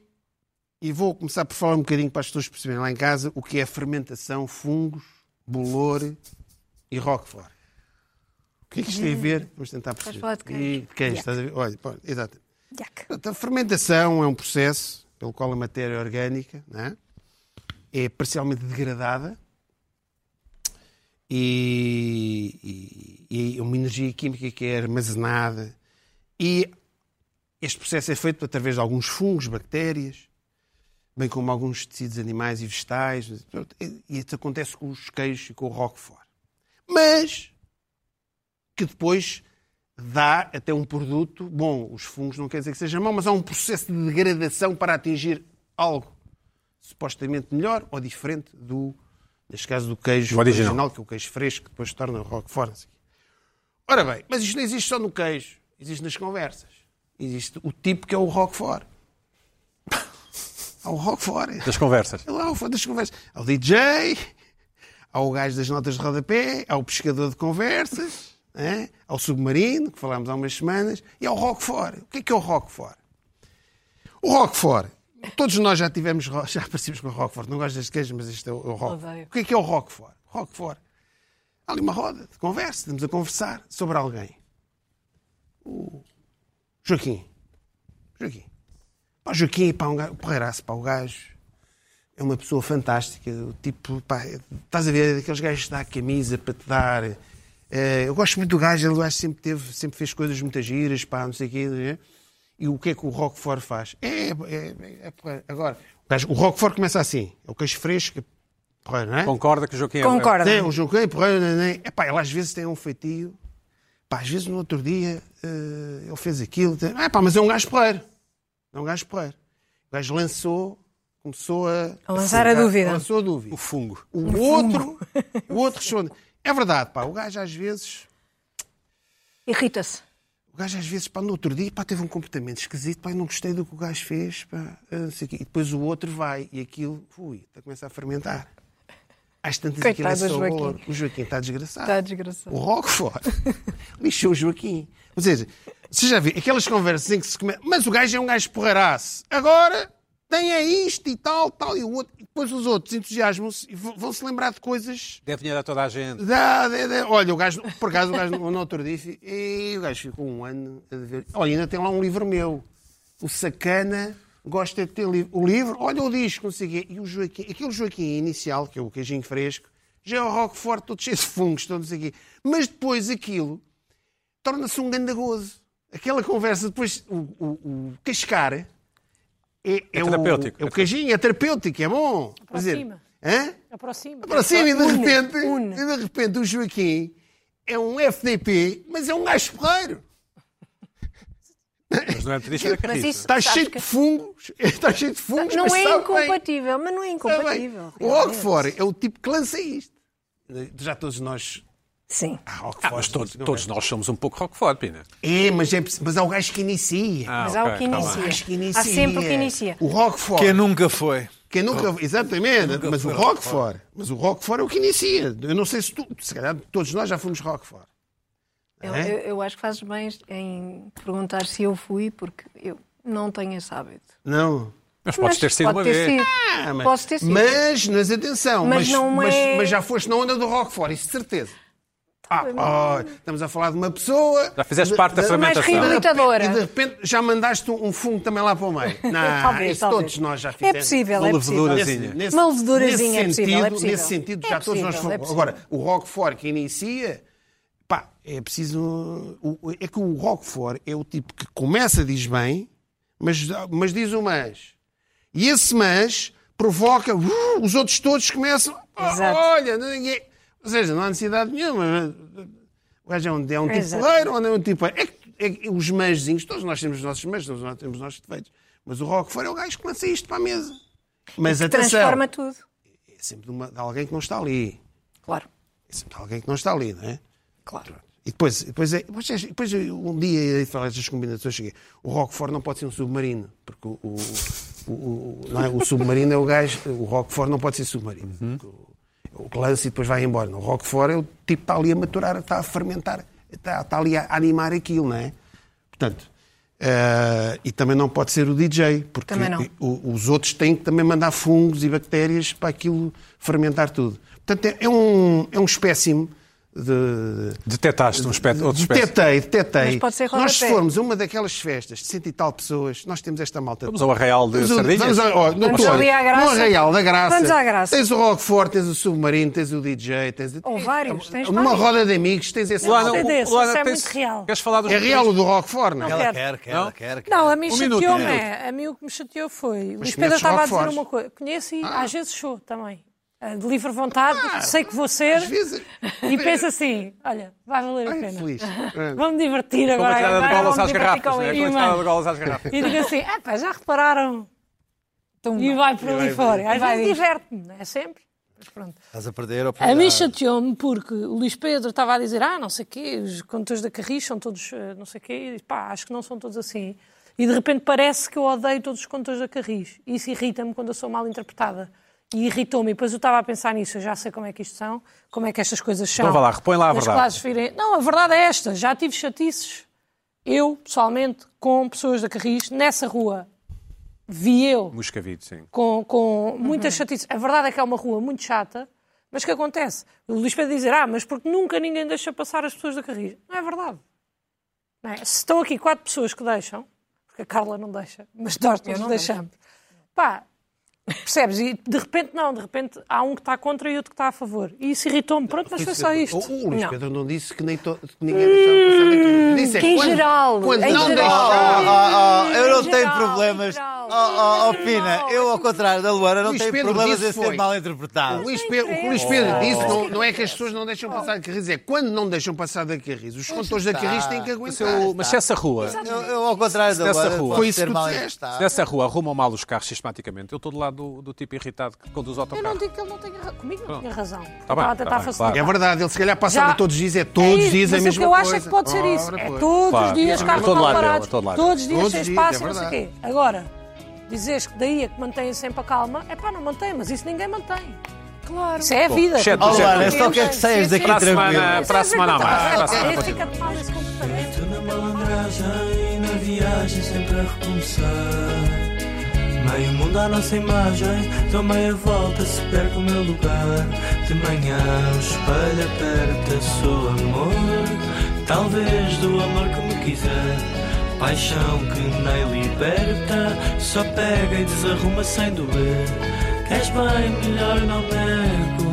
S2: e vou começar por falar um bocadinho para as pessoas perceberem lá em casa o que é fermentação, fungos, bolor e roquefort. O que é que isto tem a ver? Vamos tentar perceber.
S3: falar de queijo.
S2: E de queijo, estás a ver? Olha, pô, exato.
S3: Jack.
S2: Portanto, a fermentação é um processo pelo qual a matéria orgânica não é? é parcialmente degradada e, e- e é uma energia química que é armazenada. E este processo é feito através de alguns fungos, bactérias, bem como alguns tecidos animais e vegetais. Pronto, E e isso acontece com os queijos e com o roquefort. Mas que depois dá até um produto bom. Os fungos não quer dizer que seja mau, mas há um processo de degradação para atingir algo supostamente melhor ou diferente do, neste caso, do queijo
S1: Do original.
S2: que é o queijo fresco, que depois se torna o roquefort. não sei o quê. Ora bem, mas isto não existe só no queijo, existe nas conversas. Existe o tipo que é o roquefort. Há o roquefort.
S1: Das conversas.
S2: É lá o fã das conversas. Há o DJ, há o gajo das notas de rodapé, há o pescador de conversas, né? há o submarino, que falámos há umas semanas, e há o Roquefort. O que é que é o Roquefort? O Roquefort. Todos nós já tivemos, ro- já aparecemos com o Roquefort. Não gosto das queijo, mas este é o o Roquefort.
S3: Odeio.
S2: O que é que é o Roquefort? Roquefort. Há ali uma roda de conversa, estamos a conversar sobre alguém. O Joaquim. Joaquim. Pá, Joaquim, pá, um gajo, porreiraço, pá, o gajo é uma pessoa fantástica. O tipo, pá, estás a ver, aqueles gajos que dá a camisa para te dar. Eh, eu gosto muito do gajo, ele acho que sempre, teve, sempre fez coisas muito giras, pá, não sei o quê. não é? E o que é que o Roquefort faz? É, é, é, é porreiro. agora, o, gajo, o Roquefort começa assim, é o queijo fresco, é porreiro, não é?
S1: Concorda que o Joaquim é-
S3: Concordo.
S2: Tem, o João Cunha, porra, né, né. Epá, ele às vezes tem um feitio. Pá, às vezes no outro dia eh, ele fez aquilo. Tem... Ah, pá, mas é um gajo porreiro. É um gajo porreiro. O gajo lançou, começou a.
S3: A lançar a dúvida.
S2: Lançou a
S1: É
S2: dúvida.
S1: o fungo.
S2: O outro. O outro responde. É verdade, pá, o gajo às vezes.
S3: Irrita-se.
S2: O gajo às vezes, pá, no outro dia, pá, teve um comportamento esquisito, pá, eu não gostei do que o gajo fez, pá, ah, não sei o quê. E depois o outro vai e aquilo, ui, está a começar a fermentar. Às tantas aquilo é
S3: Coitado do
S2: só
S3: Joaquim.
S2: ouro. O Joaquim está desgraçado.
S3: Está Tá desgraçado.
S2: O Roquefort lixou o Joaquim. Ou seja, você já viu aquelas conversas em que se começa, mas o gajo é um gajo porreiraço. Agora tem é isto e tal, tal e o outro. E depois os outros entusiasmam-se e vão- vão-se lembrar de coisas
S1: é- Deve dinheiro a toda a gente.
S2: Dá, dá, dá. Olha, o gajo, por acaso, o gajo no no outro dia, fi- e o gajo ficou um ano a ver. Olha, ainda tem lá um livro meu. O Sacana gosta de ter livro. O livro, olha o disco, consegui. E o Joaquim, aquele Joaquim inicial, que é o queijinho fresco, já é o Roquefort, todo cheio de fungos, todo isso aqui. Mas depois aquilo torna-se um gandagoso. Aquela conversa, depois, o, o- o cascar é, é o-
S1: terapêutico.
S2: É o queijinho, é terapêutico, é bom. Quer
S5: Aproxima.
S2: hã?
S5: Aproxima.
S2: Aproxima e de
S3: Une,
S2: repente,
S3: une.
S2: e de repente o Joaquim é um FDP, mas é um gajo porreiro.
S1: Mas não é triste, é
S3: Mas
S1: carrito.
S3: isso-
S2: Está
S3: Sabes
S2: Tá cheio
S3: que-
S2: de fungos, está cheio de fungos,
S3: Não
S2: mas
S3: é
S2: sabe bem.
S3: incompatível, mas não
S2: Sabe
S3: é
S2: bem.
S3: incompatível.
S2: O Roquefort é o tipo que lança isto. Já todos nós.
S3: Sim.
S2: Ah,
S1: Ah,
S2: Roquefort,
S1: mas todos,
S2: não é?
S1: todos nós somos um pouco Roquefort, Pina.
S2: É, mas, é, mas há o gajo que inicia. É
S1: Ah,
S3: Mas há o
S1: ok,
S3: que
S1: tá bem.
S3: inicia.
S2: O gajo que
S3: Há sempre o que inicia.
S2: O Roquefort.
S4: Quem nunca foi?
S2: Quem nunca. Exatamente, mas o
S4: foi
S2: Roquefort. Mas o Roquefort é o que inicia. Eu não sei se tu. Se calhar todos nós já fomos Roquefort.
S3: Eu,
S2: É?
S3: eu- eu acho que fazes bem em perguntar se eu fui, porque eu não tenho esse hábito.
S2: Não.
S1: Mas podes ter sido
S3: pode
S1: uma
S3: ter
S1: vez.
S3: sido. É
S2: Ah, mas,
S3: Posso ter sido.
S2: Mas, mas atenção, mas,
S3: Mas
S2: mas,
S3: não é-
S2: mas já foste na onda do Roquefort, isso de certeza. Ah, oh, estamos a falar de uma pessoa.
S1: Já fizeste parte da
S3: Mais
S1: fermentação.
S2: de
S3: ridículo. Ditadora.
S2: repente- E de repente já mandaste um um fungo também lá para o meio. Não,
S3: Talvez,
S2: isso
S3: talvez.
S2: todos nós já
S3: É
S2: fizemos.
S3: possível,
S1: Uma
S3: é possível.
S1: levedura.
S2: Nesse,
S1: Cozinha.
S2: nesse,
S3: Uma levedurazinha
S2: nesse
S3: é possível,
S2: sentido,
S3: é possível.
S2: Nesse sentido,
S3: É
S2: já todos nós
S3: possível,
S2: fomos.
S3: é possível.
S2: Agora, o Roquefort que inicia, pá, é preciso. o- o- É que o Roquefort é o tipo que começa, diz bem, mas, mas diz o mas. E esse mas provoca. uh, os outros todos começam. "Ah,
S3: Exato.
S2: Olha, ninguém. Ou seja, não há necessidade nenhuma. O gajo é um, é um tipo
S3: Exato.
S2: porreiro, ou não é um tipo. É, que- é que os maszinhos, todos nós temos os nossos mas, todos nós temos os nossos defeitos. Mas o Roquefort é o gajo que lança isto para a mesa. Mas atenção,
S3: Transforma tudo.
S2: é sempre de, uma- de alguém que não está ali.
S3: Claro,
S2: É sempre de alguém que não está ali, não é?
S3: claro.
S2: E depois, depois, é, depois, é- depois eu, um dia irei falar destas combinações. Cheguei. O Roquefort não pode ser um submarino, porque o, o, o- o- não é? O submarino é o gajo. O Roquefort não pode ser submarino. porque o- É o que lança e depois vai embora. O Roquefort é o tipo que está ali a maturar, está a fermentar, está, está ali a animar aquilo, não é? Portanto, eh, e também não pode ser o DJ, porque
S3: Também não.
S2: o- os outros têm que também mandar fungos e bactérias para aquilo fermentar tudo. Portanto, é, é um, é um espécime de
S1: Detetaste um espectro, outro espectro.
S2: Detetei, detetei.
S3: Mas pode ser
S2: Nós, se
S3: rodapé.
S2: formos a uma daquelas festas de cento e tal pessoas, nós temos esta malta.
S1: Vamos ao Arraial de
S2: Vamos ao-
S1: Sardinhas.
S2: Vamos, ao, ó, no,
S3: Vamos
S2: tu,
S3: ali à
S2: olha,
S3: Graça.
S2: no Arraial da Graça.
S3: Vamos à Graça.
S2: Tens o Roquefort, tens o Submarino, tens o DJ, tens.
S3: Ou vários, tens
S2: Numa
S3: vários.
S2: roda de amigos, tens esse.
S1: Luana,
S3: Gostei desse,
S1: Luana,
S3: isso é
S1: tens-
S3: muito real.
S1: Queres falar dos
S2: É real o do Roquefort, não é?
S3: Não.
S4: Ela
S3: Quero.
S4: quer, quer,
S1: Não?
S4: ela quer. quer.
S5: Não, a mim
S1: Um minuto, um
S5: chateou-me. é.
S1: minuto.
S5: A mim o que me chateou foi. O Luís Pedro
S2: conheces
S5: estava a dizer
S2: Roquefort?
S5: uma coisa. Conheço e às vezes sou também. Ah, De livre vontade, sei que vou ser.
S2: Às vezes.
S5: E penso assim: olha, vai valer a
S2: Ai,
S5: pena.
S2: feliz.
S5: Vamos divertir
S1: Como
S5: agora.
S1: a tirada de
S5: agora
S1: bolas
S5: vamos
S1: às
S5: divertir
S1: garrafas,
S5: com
S1: né?
S5: isto.
S1: Como a tirada de bolas às garrafas.
S5: E digo assim, ah, pá, já repararam? E vai por ali fora. Às
S3: Vai
S5: vezes
S3: ver.
S5: diverte-me, não é sempre? Mas pronto.
S4: Estás a perder a
S5: A mim
S4: oportunidade.
S5: chateou-me porque o Luís Pedro estava a dizer, ah, não sei o quê, os condutores da Carris são todos eh, não sei o quê, e diz, pá, acho que não são todos assim. E de repente parece que eu odeio todos os condutores da Carris. Isso irrita-me quando eu sou mal interpretada. E irritou-me. E depois eu estava a pensar nisso, eu já sei como é que isto são, como é que estas coisas são.
S1: Então vá lá, repõe lá a
S5: As
S1: verdade.
S5: classes virem- Não, a verdade é esta, já tive chatices, eu, pessoalmente, com pessoas da Carris, nessa rua. Vi eu
S1: Moscavide, sim.
S5: com, com muitas chatices. A verdade é que é uma rua muito chata, mas o que acontece? O Luís Pedro dizer, ah, mas porque nunca ninguém deixa passar as pessoas da carris. Não é verdade. Não é? Se estão aqui quatro pessoas que deixam, porque a Carla não deixa, mas nós
S3: Eu
S5: todos
S3: não
S5: deixamos. Pá, percebes? E de repente não, de repente há um que está contra e outro que está a favor. E isso irritou-me. Pronto, mas foi só isto.
S2: Ah, O, o Luís
S1: é
S5: Não.
S2: Pedro não disse que, nem to- que ninguém deixava passar daquilo. Disse é
S3: Hum, que em
S2: quando-
S3: geral,
S2: Quando
S3: em
S2: não
S3: geral.
S2: deixava.
S4: Ah, ah, ah, eu não
S3: Em
S4: tenho
S3: geral,
S4: problemas.
S3: em geral.
S4: Oh, oh, oh, Pina, eu, ao contrário da Luana, não
S2: Luís
S4: tenho
S2: Pedro
S4: problemas
S2: disse
S4: em ser
S2: foi.
S4: mal interpretado.
S2: O Luís Pedro, o que o Luís Pedro disse não, não é que as pessoas não deixam passar da Carris, é quando não deixam passar da Carris. Os condutores da Carris têm que
S1: Mas,
S2: aguentar.
S1: eu, mas se essa rua,
S4: Eu, eu, ao contrário da
S1: Nessa
S4: Luana,
S1: rua.
S4: posso
S1: Foi
S2: isso
S4: ser
S2: que tu
S4: mal
S2: disseste.
S1: se
S4: interpretado.
S1: essa rua arrumam mal os carros sistematicamente, eu estou do lado do, do tipo irritado que conduz o
S5: Eu não
S1: autocarro.
S5: digo que ele não tenha razão. Comigo não tinha razão. Eu
S1: bem,
S5: estava a
S1: tá
S5: tentar
S1: bem,
S5: facilitar.
S1: claro.
S2: É verdade, ele se calhar passava
S5: Já-
S2: todos os dias, é todos os
S5: isso,
S2: dias a
S5: mas
S2: mesma
S5: o que eu
S2: coisa.
S5: acho é que pode ser isso.
S2: Ora,
S5: É
S2: pois.
S5: todos
S1: Claro,
S5: os dias
S1: é
S5: carros
S1: todo
S5: mal
S1: lado dela,
S5: parados.
S1: todo lado.
S5: Todos os dias
S2: Todos
S5: sem
S2: os dias, é
S5: espaço e não sei o quê.
S2: verdade.
S5: Agora, dizeres que daí é que mantém sempre a calma, é pá, não mantém, mas isso ninguém mantém.
S3: Claro.
S5: Isso é a vida.
S1: exceto-
S4: Oh,
S5: Todos os
S4: Luana, eu
S5: dias
S1: Então,
S4: só
S1: é
S4: quero que
S5: temos-
S4: saias
S5: Sim, sim,
S4: daqui
S1: Para a
S5: sim.
S1: semana,
S5: Isso
S1: para a
S5: é
S1: semana a mais.
S5: verdade.
S1: Para a semana a
S5: É,
S1: mais.
S5: Fica-te mal esse comportamento.
S6: Meto na malandragem, na viagem sempre a recomeçar. Meio mundo à nossa imagem, dou meia volta se perco o meu lugar. De manhã o espelho aperta, sou amor, talvez do amor que me quiser. Paixão que nem liberta, só pega e desarruma sem doer. Queres bem, melhor não nego.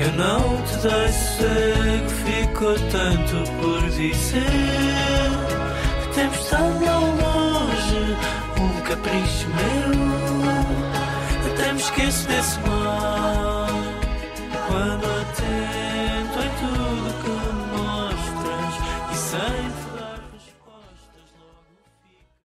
S6: Eu não te dei cego, ficou tanto por dizer. Temos estado lá longe, um capricho meu. Até me esqueço desse mal.